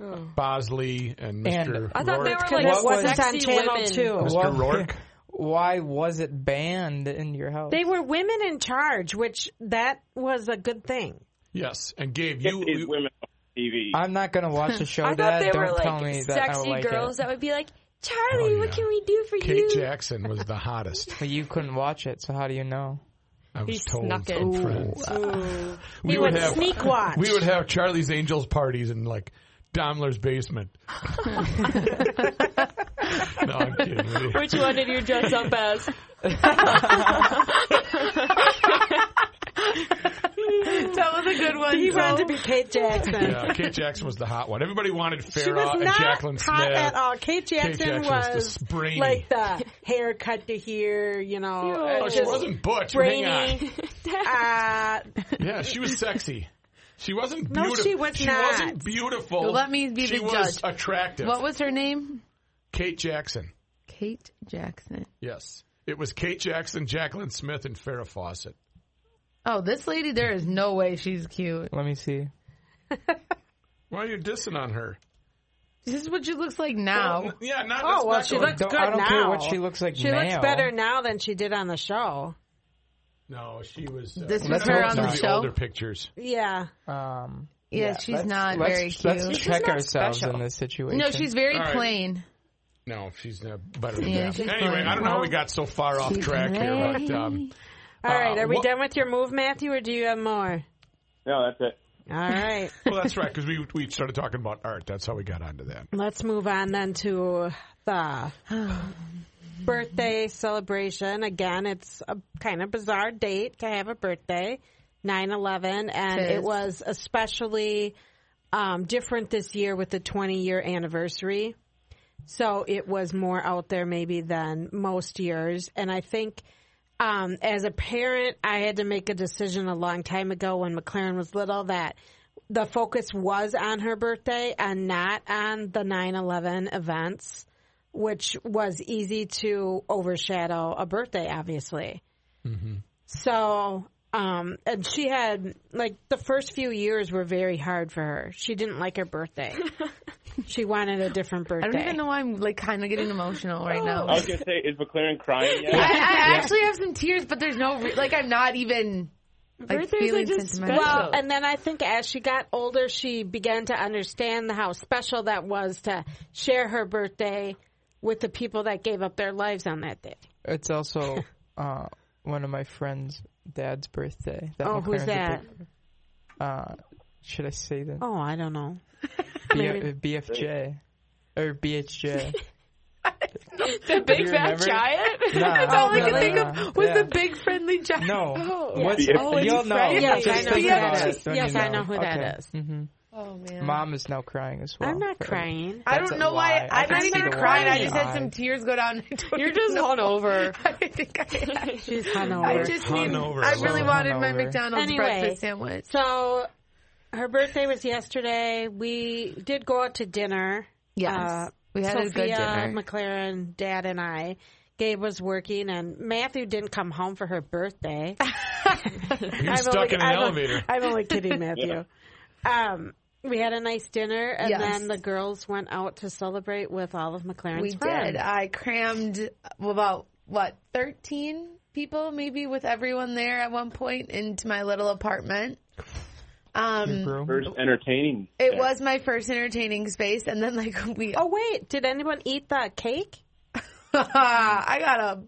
S4: Bosley and Mr.
S3: I thought they
S4: Rourke.
S3: were
S1: Because
S3: like
S1: it wasn't
S3: sexy
S1: on Channel
S3: women.
S1: 2.
S4: Mr.
S1: *laughs*
S2: Well-
S4: Rourke.
S2: Why was it banned in your house?
S1: They were women in charge, which that was a good thing.
S4: Yes, and Gabe,
S6: get
S4: you,
S6: these
S4: you
S6: women on TV.
S2: I'm not gonna watch the show.
S3: I thought
S2: Dad,
S3: they
S2: Oh, don't
S3: were
S2: tell
S3: like
S2: me that I
S3: sexy
S2: like
S3: girls
S2: it.
S3: that would be like, Charlie,
S4: Oh,
S3: what
S4: yeah.
S3: can we do for
S4: Kate
S3: you?
S4: Jackson was the hottest.
S2: But you couldn't watch it, so how do you know?
S4: I was told
S3: snuck
S4: from
S3: it.
S4: friends. We
S1: He would sneak watch.
S4: *laughs* We would have Charlie's Angels parties in like
S1: *laughs*
S4: Daimler's basement. no, I'm kidding.
S3: Which one did you dress up as?
S5: That was a good one.
S1: He wanted to be Kate Jackson.
S4: Yeah, Kate Jackson was the hot one. Everybody wanted Farrah
S1: She
S2: uh,
S1: was
S4: and
S1: not
S4: Jacqueline
S1: hot
S4: Smith.
S1: at all. Kate Jackson,
S4: Jackson was the
S1: was,
S4: brainy.
S1: like the haircut to here, you know.
S4: Oh,
S1: uh,
S4: she wasn't butch.
S1: brainy.
S4: Hang on.
S1: Uh,
S4: Yeah, she was sexy. She wasn't
S1: No,
S4: beautiful.
S1: she was not.
S4: not beautiful.
S5: Well, let me be
S4: she
S5: the
S4: was
S5: judge.
S4: attractive.
S5: What was her name?
S4: Kate Jackson.
S5: Kate Jackson.
S4: Yes. It was Kate Jackson, Jacqueline Smith, and Farrah Fawcett.
S5: Oh, this lady, there is no way she's cute.
S2: Let me see.
S4: Why are you dissing on her?
S5: This is what she looks like now.
S4: *laughs* Yeah, not
S1: Oh,
S4: that's
S1: well,
S4: not
S1: she
S4: going-
S1: looked- It's
S2: Don't-
S1: good
S2: I don't care what
S1: now.
S2: she looks like
S1: she
S2: now.
S1: looks better now than she did on the show.
S4: No, she was. Uh,
S5: This was
S2: Let's
S5: her
S2: hope
S5: on
S4: some
S5: the
S4: of
S2: not.
S5: show.
S4: older pictures.
S1: Yeah.
S2: Um,
S5: yeah, she's
S2: let's-
S5: not
S2: let's-
S5: very cute.
S2: Let's check
S3: not
S2: ourselves
S3: special.
S2: in this situation.
S5: no, she's very
S4: All right.
S5: plain.
S4: No, she's uh, better than
S5: Yeah,
S4: that.
S5: she's
S4: Anyway,
S5: fine.
S4: I don't know how we got so far off track here, but um,
S1: All right.
S2: Uh,
S1: Are we
S4: what-
S1: done with your move, Matthew, or do you have more?
S6: No, that's it.
S1: All right.
S4: well, that's right because we we started talking about art. That's how we got onto that.
S5: *laughs*
S1: Let's move on then to the birthday celebration. Again, it's a kind of bizarre date to have a birthday, 9-11, and
S5: Tis.
S1: it was especially um, different this year with the 20-year anniversary. So it was more out there maybe than most years. And I think um, as a parent, I had to make a decision a long time ago when McLaren was little that the focus was on her birthday and not on the 9 11 events, which was easy to overshadow a birthday, obviously. So, um, and she had, like, the first few years were very hard for her. She didn't like her
S5: *laughs*
S1: birthday. she wanted a different birthday.
S5: I don't even know why I'm like kind of getting emotional right now.
S6: I
S5: I,
S6: was gonna say, is McLaren
S5: *laughs*
S6: crying yet?
S5: I actually have some tears, but there's no re- like I'm not even like
S3: Birthdays are
S5: feeling
S3: just
S5: sentimental.
S3: special.
S1: Well, and then I think as she got older, she began to understand how special that was to share her birthday with the people that gave up their lives on that day.
S2: It's also uh, one of my friend's dad's birthday. That
S1: Oh, who's
S2: McLaren's a
S1: that?
S2: big- Uh, should I say that?
S1: Oh, I don't know.
S2: B- uh, BFJ or BHJ?
S5: the
S2: Do
S5: big
S2: you
S5: fat
S2: remember?
S5: giant.
S2: No.
S5: That's all I
S2: Oh,
S5: can
S2: really?
S5: think of was
S2: Yeah.
S5: the big friendly giant.
S2: No.
S5: Oh,
S2: What's
S6: Yeah.
S2: oh, you'll know.
S1: *laughs*
S5: Friday.
S1: Yes,
S2: Just
S1: I know who
S2: think about
S1: that
S2: it
S1: is.
S2: when
S1: Yes,
S2: you
S1: I know who that
S2: Okay.
S1: is.
S2: Mm-hmm.
S5: oh man.
S2: Mom is now crying as well.
S1: I'm not
S2: for-
S1: crying.
S5: I
S2: That's
S5: don't
S2: a
S5: know why.
S2: lie. I
S5: I'm
S2: can
S5: not
S2: see
S5: even
S2: the
S5: crying.
S2: lie
S5: I
S2: in
S5: just
S2: your
S5: had some
S2: eyes.
S5: tears go down. *laughs* I don't
S3: You're
S5: even
S3: just
S5: know.
S3: hungover.
S5: *laughs* I think I.
S1: She's hungover.
S5: I just need.
S4: Hungover,
S5: I
S4: I
S5: really
S4: love
S5: wanted my
S2: hungover.
S5: McDonald's
S1: Anyway.
S5: breakfast sandwich.
S1: So her birthday was yesterday. We did go out to dinner.
S5: Yes. We had a good
S1: Sophia,
S5: dinner.
S1: McLaren, Dad, and I. Gabe was working, and Matthew didn't come home for her birthday.
S4: You're
S1: I'm
S4: stuck
S1: only-
S4: in an
S1: I'm only-
S5: *laughs*
S4: elevator.
S1: I'm only kidding, Matthew. Um, we had a nice dinner, and
S5: Yes.
S1: then the girls went out to celebrate with all of McLaren's
S5: We
S1: friends.
S5: did. I crammed about what thirteen people, maybe with everyone there at one point, into my little apartment. Um,
S2: Room.
S6: First entertaining.
S5: it
S6: Yeah.
S5: was my first entertaining space, and then like we,
S1: Oh wait, did anyone eat the cake?
S5: *laughs* I got a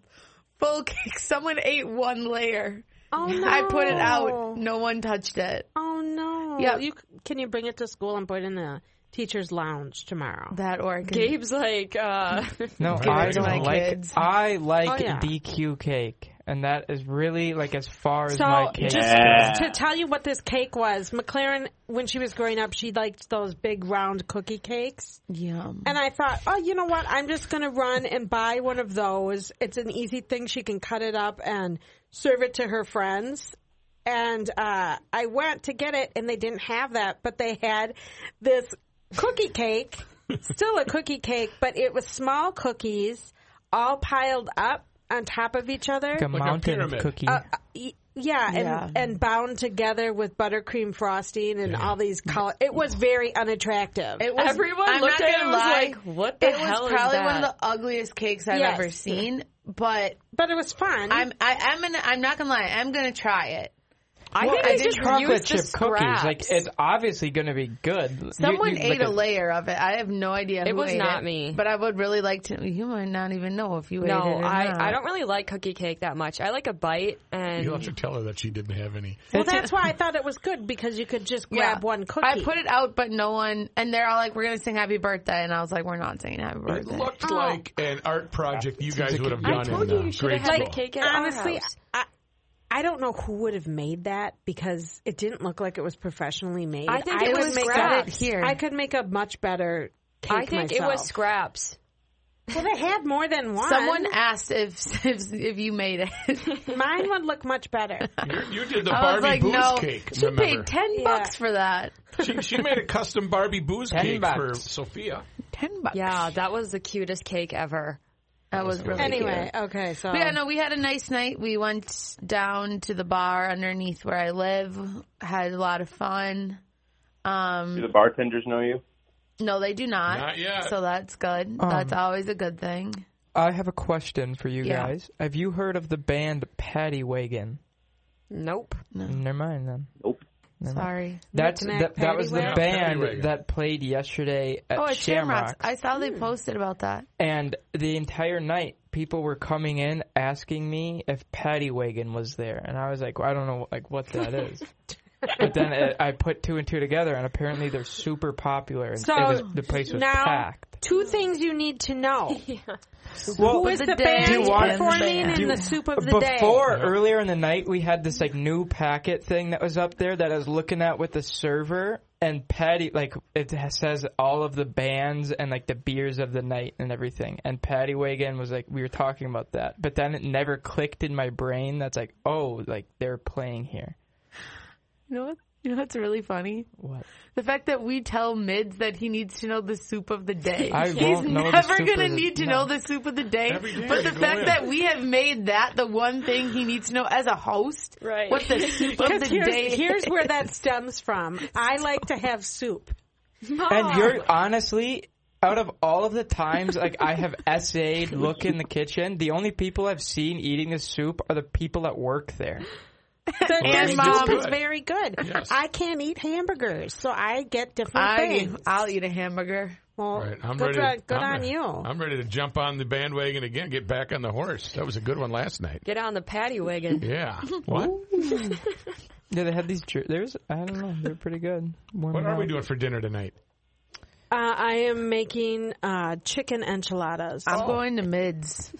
S5: full *laughs* cake. Someone ate one layer.
S1: Oh no!
S5: I put it out. No one touched it.
S1: Oh no!
S5: Yeah.
S1: you can you bring it to school and put it in the teachers' lounge tomorrow?
S5: That or I can-
S3: Gabe's like,
S2: *laughs*
S3: uh,
S2: No,
S4: Give it
S2: I
S4: to
S2: don't
S5: my
S2: like.
S5: kids.
S2: I like
S1: Oh, yeah.
S2: DQ cake, and that is really like as far as
S1: So
S2: my cake.
S1: just
S6: Yeah.
S1: to tell you what this cake was, McLaren when she was growing up, she liked those big round cookie cakes.
S5: Yum.
S1: And I thought, oh, you know what? I'm just going to run and buy one of those. It's an easy thing. She can cut it up and serve it to her friends. And uh, I went to get it, and they didn't have that, but they had this cookie cake, still a cookie cake, but it was small cookies all piled up on top of each other.
S2: like a mountain
S4: pyramid.
S2: cookie.
S1: Uh, Y- Yeah, and,
S5: Yeah.
S1: and bound together with buttercream frosting and all these color. It was very unattractive.
S5: It was,
S3: Everyone
S5: I'm
S3: looked at
S5: not
S3: it
S5: gonna
S3: and was
S5: lie,
S3: like, what the
S5: it
S3: hell is
S5: was probably one of
S3: that?
S5: the ugliest cakes I've
S1: Yes.
S5: ever seen. But
S1: but it was fun.
S5: I'm I, I'm gonna I'm not gonna lie. I'm gonna try it.
S3: I
S2: Well,
S3: think
S2: it's
S3: they just
S2: chocolate
S3: use the
S2: chip cookies.
S3: scraps.
S2: Like it's obviously going to be good. You-
S5: Someone
S2: you-
S5: ate
S2: like
S5: a layer of it. I have no idea.
S3: It
S5: who
S3: was
S5: ate
S3: not
S5: it,
S3: me.
S5: But I would really like to. You might not even know if you ate it.
S3: no,
S5: or not.
S3: I, I don't really like cookie cake that much. I like a bite and
S4: You'll have to tell her that she didn't have any.
S1: Well, that's why I thought it was good because you could just grab one cookie.
S5: I put it out, but no one. And they're all like, "We're gonna sing Happy Birthday," and I was like, "We're not singing Happy
S4: It
S5: Birthday."
S4: looked like an art project you guys would have done
S3: I told
S4: in
S3: you
S4: uh,
S3: you should
S4: grade
S3: have had the
S4: school.
S3: cake at our
S1: honestly,
S3: house.
S1: I, I don't know who would have made that because it didn't look like it was professionally made.
S3: I think
S5: it
S1: would
S5: was
S1: make
S5: scrapped.
S1: a,
S5: Here.
S1: I could make a much better cake
S3: I think it was scraps.
S1: Well, they had more than one.
S5: Someone asked if *laughs* if, if you made
S1: *laughs*
S5: it.
S1: Mine would look much better.
S4: You did the
S5: I
S3: *laughs*
S5: was
S4: Barbie
S5: like,
S4: booze
S5: "No."
S4: cake.
S5: she
S4: remember.
S5: paid ten
S1: Yeah.
S5: bucks for that.
S4: She, she made a custom Barbie booze
S2: Ten
S4: cake
S2: bucks.
S4: for Sophia.
S5: Ten bucks.
S3: Yeah, that was the cutest cake ever.
S5: that was really cute.
S1: anyway, okay, so
S5: But yeah, no, we had a nice night. We went down to the bar underneath where I live. Had a lot of fun.
S6: Do the bartenders know you?
S5: No, they do not.
S4: Not yet.
S5: So that's good.
S2: Um,
S5: that's always a good thing.
S2: I have a question for you
S5: Yeah.
S2: guys. Have you heard of the band Paddy Wagon?
S3: Nope.
S2: Never mind then.
S6: Nope.
S5: Sorry.
S2: That's
S1: Knick-knack
S2: that, that
S1: Paddy
S2: was the
S1: Wagon?
S4: Paddy Wagon.
S2: band that played yesterday at
S5: Oh, it's Shamrocks.
S2: Shamrock,
S5: I saw they posted about that.
S2: and the entire night people were coming in asking me if Paddy Wagon was there, and I was like, well, I don't know, like what
S1: *laughs*
S2: that is. but then it, I put two and two together, and apparently they're super popular, and
S1: So,
S2: it was, the place was
S1: now
S2: packed.
S1: two things you need to *laughs* know:
S2: Well,
S1: who is
S5: the
S1: the,
S5: dance
S1: band
S2: Do you want-
S1: performing
S5: band.
S1: in
S2: Do-
S1: the soup of the day?
S2: Before, earlier in the night, we had this like new packet thing that was up there that I was looking at with the server, and Patty like it has- says all of the bands and like the beers of the night and everything. And Patty Wagon was like, we were talking about that, but then it never clicked in my brain. That's like, oh, like they're playing here.
S5: You know what? You know what's really funny?
S2: What?
S5: The fact that we tell Mids that he needs to know the soup of the day.
S2: I
S5: He's
S2: won't know the
S5: never
S2: soup
S5: gonna
S2: of the-
S5: need to
S2: no.
S5: know the soup of the day.
S4: Every day
S5: But
S4: you
S5: the
S4: go
S5: fact
S4: in.
S5: that we have made that the one thing he needs to know as a host,
S3: Right.
S5: what the soup of the
S1: Because
S5: day
S1: here's, here's where that stems from. I like to have soup. Oh.
S2: And you're honestly. Out of all of the times, like
S1: *laughs*
S2: I have essayed, look in the kitchen. The only people I've seen eating this soup are the people that work there.
S1: The, their
S5: And mom.
S1: soup is very good.
S4: Yes.
S1: I can't eat hamburgers, so I get different
S5: I,
S1: things.
S5: I'll eat a hamburger.
S1: Well,
S4: Right, I'm
S1: good,
S4: ready. to-
S1: on- good
S4: I'm
S1: on
S4: re-
S1: you.
S4: I'm ready to jump on the bandwagon again. Get back on the horse. That was a good one last night.
S3: Get on the patty wagon.
S4: Yeah. What?
S2: Yeah, they had these. Jer- there's, I don't know, they're pretty good. Warm
S4: What
S2: them
S4: are we
S2: up.
S4: doing for dinner tonight?
S1: uh, I am making uh, chicken enchiladas. Oh,
S5: I'm going to *laughs* Mids.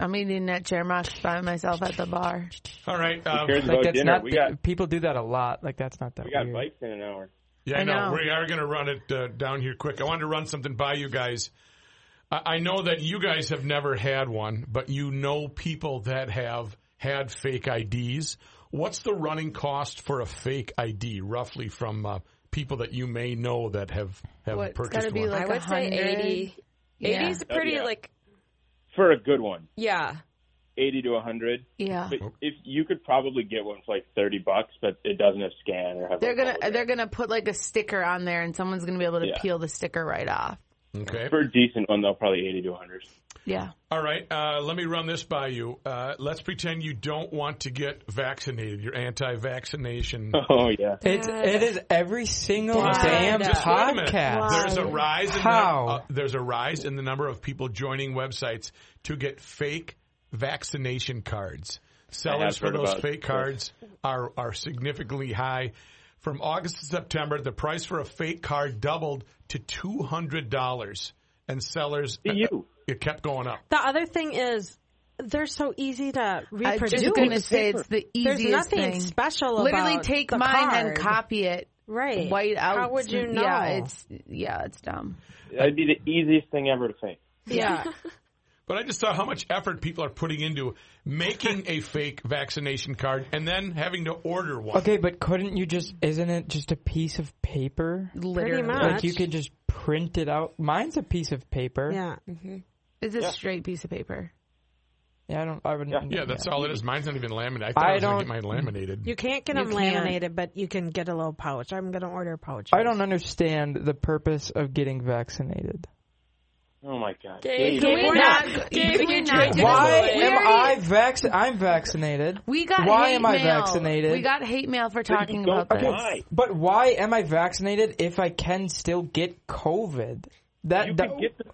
S5: I'm eating at Shamrocks by myself at the bar.
S4: All right. Um,
S6: Cares
S2: Like
S6: about
S2: that's
S6: dinner.
S2: not.
S6: We
S2: the-
S6: got
S2: people do that a lot. Like that's not that.
S6: we got
S2: weird.
S6: bikes in an hour.
S4: yeah, I
S5: I
S4: know.
S5: know.
S4: We are going to run it uh, down here quick. I wanted to run something by you guys. I, I know that you guys have never had one, but you know people that have had fake IDs. What's the running cost for a fake ID, roughly, from uh, people that you may know that have have
S5: What, it's
S4: purchased
S5: gotta be
S4: one?
S5: like
S3: I would say
S5: 100.
S3: 80.
S5: Yeah.
S3: 80 is pretty,
S6: yeah.
S3: like,
S6: For a good one,
S3: yeah.
S6: 80 to 100.
S5: Yeah.
S6: But if you could probably get one for like 30 bucks, but it doesn't have scan or have
S5: They're
S6: like, all
S5: gonna uh,
S6: of
S5: they're
S6: that.
S5: gonna put like a sticker on there, and someone's gonna be able to
S6: Yeah.
S5: peel the sticker right off.
S4: okay.
S6: for a decent one, they'll probably 80 to 100.
S5: Yeah.
S4: All right, uh, let me run this by you. Uh, let's pretend you don't want to get vaccinated. You're anti-vaccination.
S6: *laughs* Oh yeah.
S2: It's it is every single damn
S4: Just wait a minute.
S2: podcast.
S4: There's a rise. In
S2: How?
S4: The, uh, there's a rise in the number of people joining websites to get fake vaccination cards. Sellers for
S6: heard
S4: those
S6: about it.
S4: fake cards are are significantly high. From August to September, the price for a fake card doubled to two hundred dollars, and sellers
S6: To you.
S4: it kept going up.
S1: the other thing is, they're so easy to
S5: I'm
S1: reproduce.
S5: just gonna say it's the easiest
S1: There's nothing
S5: thing.
S1: special
S5: Literally
S1: about
S5: take
S1: the
S5: mine and
S1: card.
S5: copy it.
S1: right.
S5: White out.
S1: How would you know?
S5: Yeah, it's yeah, it's dumb.
S6: That'd be the easiest thing ever to fake.
S1: *laughs* yeah.
S4: But I just saw how much effort people are putting into making *laughs* a fake vaccination card and then having to order one.
S2: Okay, but couldn't you just? Isn't it just a piece of paper?
S5: Literally,
S1: much.
S2: Like you could just print it out. Mine's a piece of paper.
S1: yeah.
S5: it's a straight piece of paper.
S2: Yeah, I don't. I wouldn't.
S4: Yeah, that's all it is. Mine's not even laminated. I thought
S2: I
S4: I, was going to
S2: don't-
S4: get mine laminated.
S1: You can't get them
S5: can't.
S1: laminated, but you can get a little pouch. I'm going to order a pouch.
S2: I don't understand the purpose of getting vaccinated.
S6: I Oh my god.
S3: Gabe,
S1: Gabe, we're not-
S3: Gabe,
S5: we're
S3: you
S5: not
S3: drink
S5: doing
S2: Why
S5: this.
S2: am
S5: We
S2: I
S5: already-
S2: vaccinated? I'm vaccinated.
S5: We got
S2: Why
S5: hate
S2: am I
S5: mail.
S2: vaccinated?
S5: We got hate mail for
S6: But
S5: talking
S6: you don't
S5: about this.
S6: Why?
S2: But why am I vaccinated if I can still get COVID? That,
S6: You
S2: that-
S6: can get the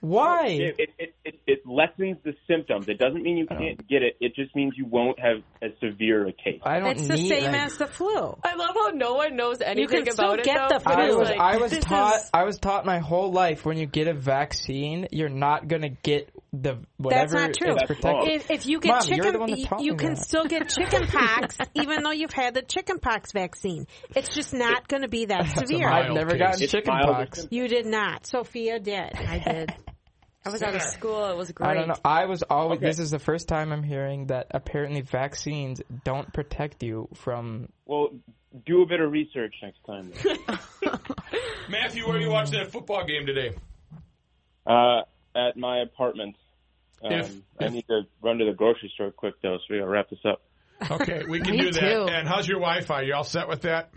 S2: why?
S6: it, it, it, it, it lessens the symptoms. It doesn't mean you can't get it. It just means you won't have as severe a case.
S2: I don't
S1: It's the
S2: need
S1: same
S2: like-
S1: as the flu.
S3: I love how no one knows anything
S1: can still
S3: about it.
S1: get
S3: though,
S1: the
S3: but
S2: I
S3: it's
S1: flu.
S2: was
S3: like,
S2: I was
S3: this
S2: taught
S3: is-
S2: I was taught my whole life when you get a vaccine you're not gonna get the whatever
S1: That's not true.
S2: is
S6: That's
S2: protected.
S1: If, if you get
S2: Mom, you're
S1: chicken,
S2: the one that taught
S1: you
S2: me
S1: can
S2: that.
S1: still get chicken pox even though you've had the chicken pox vaccine. It's just not going to be that severe.
S4: mild-
S2: I've never
S4: case.
S2: gotten
S4: It's
S2: chicken
S6: milder
S2: pox.
S6: symptoms.
S1: You did not. Sophia did. *laughs* I did.
S3: I was out of school. It was great.
S2: I don't know. I was always. This is the first time I'm hearing that apparently vaccines don't protect you from.
S6: Well, do a bit of research next time.
S2: *laughs*
S4: Matthew, where are you watching that football game today?
S6: uh, at my apartment. Um,
S4: If-
S6: I
S4: if-
S6: need to run to the grocery store quick though, so we gotta wrap this up.
S4: Okay, we
S1: *laughs*
S4: can
S5: Me
S4: do that.
S5: too.
S4: And how's your Wi-Fi? You all set with that?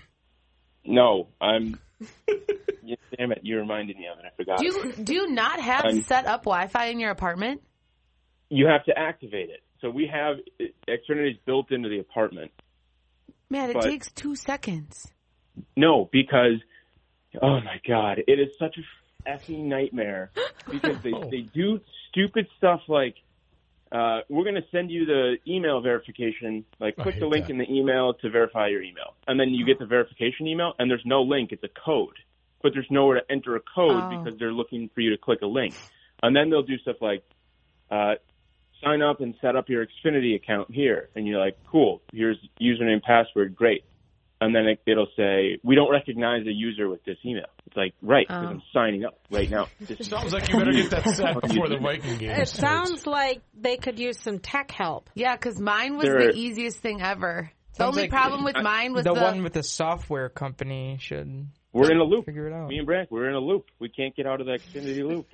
S6: No,
S5: *laughs*
S6: I'm. Yeah, Damn it! You reminded me of it. I forgot.
S5: Do you, do you not have
S6: I'm-
S5: set up Wi-Fi in your apartment?
S6: you have to activate it. So we have Xternity's built into the apartment.
S5: Man, it
S6: But-
S5: takes two seconds.
S6: No, because oh my god, it is such a
S4: *laughs*
S6: effing nightmare because they
S4: Oh.
S6: they do stupid stuff like uh, we're going to send you the email verification. Like,
S4: I
S6: click the
S4: hate
S6: link
S4: that.
S6: in the email to verify your email, and then you get the verification email, and there's no link; it's a code. But there's nowhere to enter a code
S5: Oh.
S6: because they're looking for you to click a link, and then they'll do stuff like uh, sign up and set up your Xfinity account here, and you're like, cool, here's username, password, great. And then it, it'll say, we don't recognize a user with this email. It's like, right, 'cause
S5: Oh.
S6: I'm signing up
S5: *laughs*
S6: right now. Just-
S4: Sounds like you better get that set before the Viking game.
S1: It
S4: starts.
S1: sounds like they could use some tech help.
S5: Yeah, because mine was
S6: There-
S5: the easiest thing ever. The
S2: Sounds
S5: only
S2: like-
S5: problem with mine was
S2: the one with the software company should
S6: we're in a loop.
S2: figure it out.
S6: Me and Brank, we're in a loop. We can't get out of the Xfinity loop.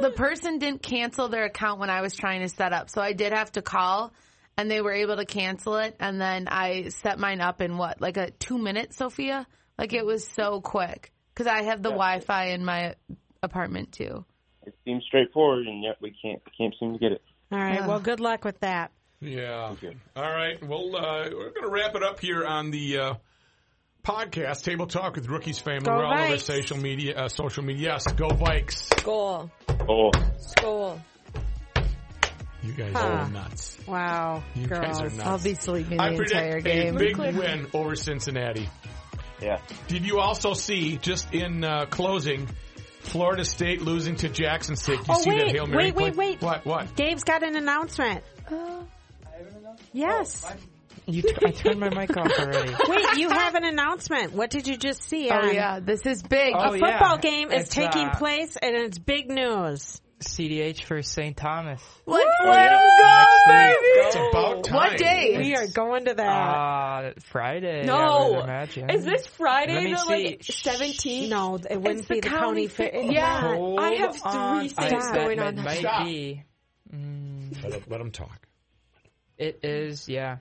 S5: the person didn't cancel their account when I was trying to set up. So I did have to call and they were able to cancel it. And then I set mine up in what, like a two minute, Sophia? Like it was so quick because I have the Wi Fi in my apartment too.
S6: It seems straightforward, and yet we can't can't seem to get it.
S1: All right. Well, good luck with that.
S4: Yeah. All right. Well, uh, we're going to wrap it up here on the uh, podcast, Table Talk with Rookies Family.
S1: Go
S4: we're all over
S1: Vikes.
S4: social media. Uh, social media. Yes, go Vikes.
S3: Goal.
S6: Oh,
S3: Goal.
S4: You guys
S1: Huh.
S4: are nuts.
S1: Wow.
S4: You
S1: girls.
S4: guys are
S5: I'll
S4: nuts.
S5: be sleeping the
S4: I
S5: entire
S4: predict a
S5: game.
S6: Oh,
S4: big win over Cincinnati.
S6: yeah.
S4: Did you also see, just in uh, closing, Florida State losing to Jackson State? You
S1: Oh,
S4: see that
S1: wait,
S4: Hail Mary
S1: wait, wait,
S4: play?
S1: wait.
S4: What, what?
S1: Gabe's got an announcement. Yes.
S2: You t- I turned my mic off already.
S1: Wait, you have an announcement. What did you just see?
S5: Oh,
S1: on-
S5: yeah. This is big.
S2: Oh,
S1: A
S2: yeah.
S1: football game is
S2: It's,
S1: taking
S2: uh,
S1: place and it's big news.
S2: CDH for St. Thomas.
S5: Let's let
S6: yeah.
S5: 'em go,
S2: Next
S5: baby.
S2: week.
S4: It's about time.
S5: What day?
S1: We are going to that.
S2: Uh, Friday. I would
S3: No.
S2: imagine.
S3: Is this
S2: Let me
S3: Friday the like
S2: see.
S3: 17th?
S1: no, it wouldn't
S3: It's the
S1: be the county
S3: county
S1: fair.
S3: fair.
S1: It's
S3: Yeah.
S1: not.
S2: Hold
S3: I have three
S2: on.
S3: things
S2: I- that-
S3: going
S2: that
S3: on that
S2: might
S4: Stop.
S2: be. Mm,
S4: Let him, let him talk.
S2: it
S3: *gasps*
S2: is. Yeah.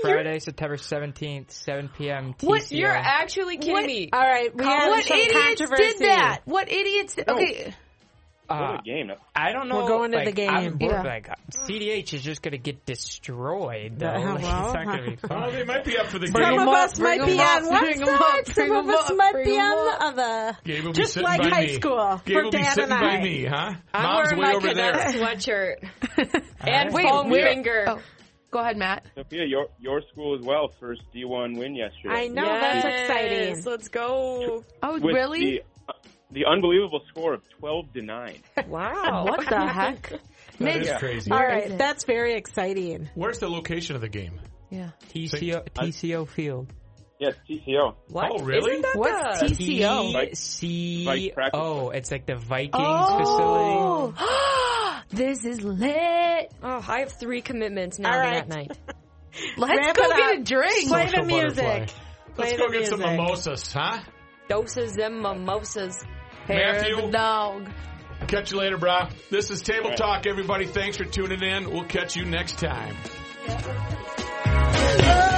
S2: Friday, September seventeenth, seven p.m. TCO.
S3: What? You're actually kidding
S5: What?
S3: me.
S1: All right, we have
S5: What
S1: some
S5: idiots
S1: controversy.
S5: did that? What idiots? Okay.
S6: What
S2: Uh,
S6: a game.
S2: I don't know.
S1: We're going to the
S2: like,
S1: game.
S2: I'm
S5: Yeah.
S2: bored, like, CDH is just going to get destroyed.
S3: Uh-huh.
S2: Though. *laughs*
S1: Yeah,
S2: Like,
S1: well,
S2: it's not going to be
S4: Oh,
S2: fun.
S4: they might be up for the
S1: Some
S4: game.
S1: of us
S5: bring
S1: might be
S5: 'em up,
S1: on one
S5: bring 'em up,
S1: side, some
S5: bring
S1: of
S5: 'em
S1: us
S5: up,
S1: might
S5: bring
S1: be
S5: 'em
S1: on
S5: up.
S1: the other.
S4: Gabe will be
S1: Just
S4: sitting
S1: like
S4: by
S1: high
S4: me.
S1: school
S4: Gabe
S1: for
S4: will be
S1: Dad
S4: sitting
S1: and
S4: by
S1: I.
S4: me, huh?
S3: I'm
S4: Mom's
S3: wearing
S4: way
S3: my
S4: over
S3: cadet
S4: there.
S3: sweatshirt and
S4: Wait,
S3: foam
S5: where-
S3: finger.
S5: Oh, go ahead, Matt.
S6: Sophia, your your school as well. First D1 win yesterday.
S1: I know that's
S3: Yes,
S1: exciting.
S3: Let's go.
S5: Oh,
S6: With
S5: really?
S6: The, uh, the unbelievable score of twelve to
S5: *laughs*
S6: nine.
S3: Wow.
S5: What the heck?
S4: That is
S5: Midge.
S4: crazy.
S1: All
S5: Where
S1: right,
S5: is it?
S1: that's very exciting.
S4: Where's the location of the game?
S5: Yeah.
S2: TCO, TCO Field.
S6: Yes, TCO.
S3: What?
S4: Oh, really?
S3: Isn't that
S5: What's E?
S3: the-
S2: E?
S5: TCO?
S6: Like- like practice.
S2: Oh, it's like the Vikings facility.
S5: Oh, *gasps* this is lit.
S3: Oh, I have three commitments now
S1: All
S3: to that
S1: right.
S3: night.
S5: *laughs* Let's
S1: Wrap
S5: go
S1: it
S5: get
S1: up.
S5: a drink.
S1: Play
S4: Social
S1: the music. Play
S4: butterfly. Let's
S1: the
S4: go get some
S1: music.
S4: mimosas, huh?
S3: Doses and mimosas.
S5: Hair
S4: Matthew.
S5: the dog.
S4: Catch you later, brah. This is Table Talk, everybody. Thanks for tuning in. We'll catch you next time.
S5: Oh.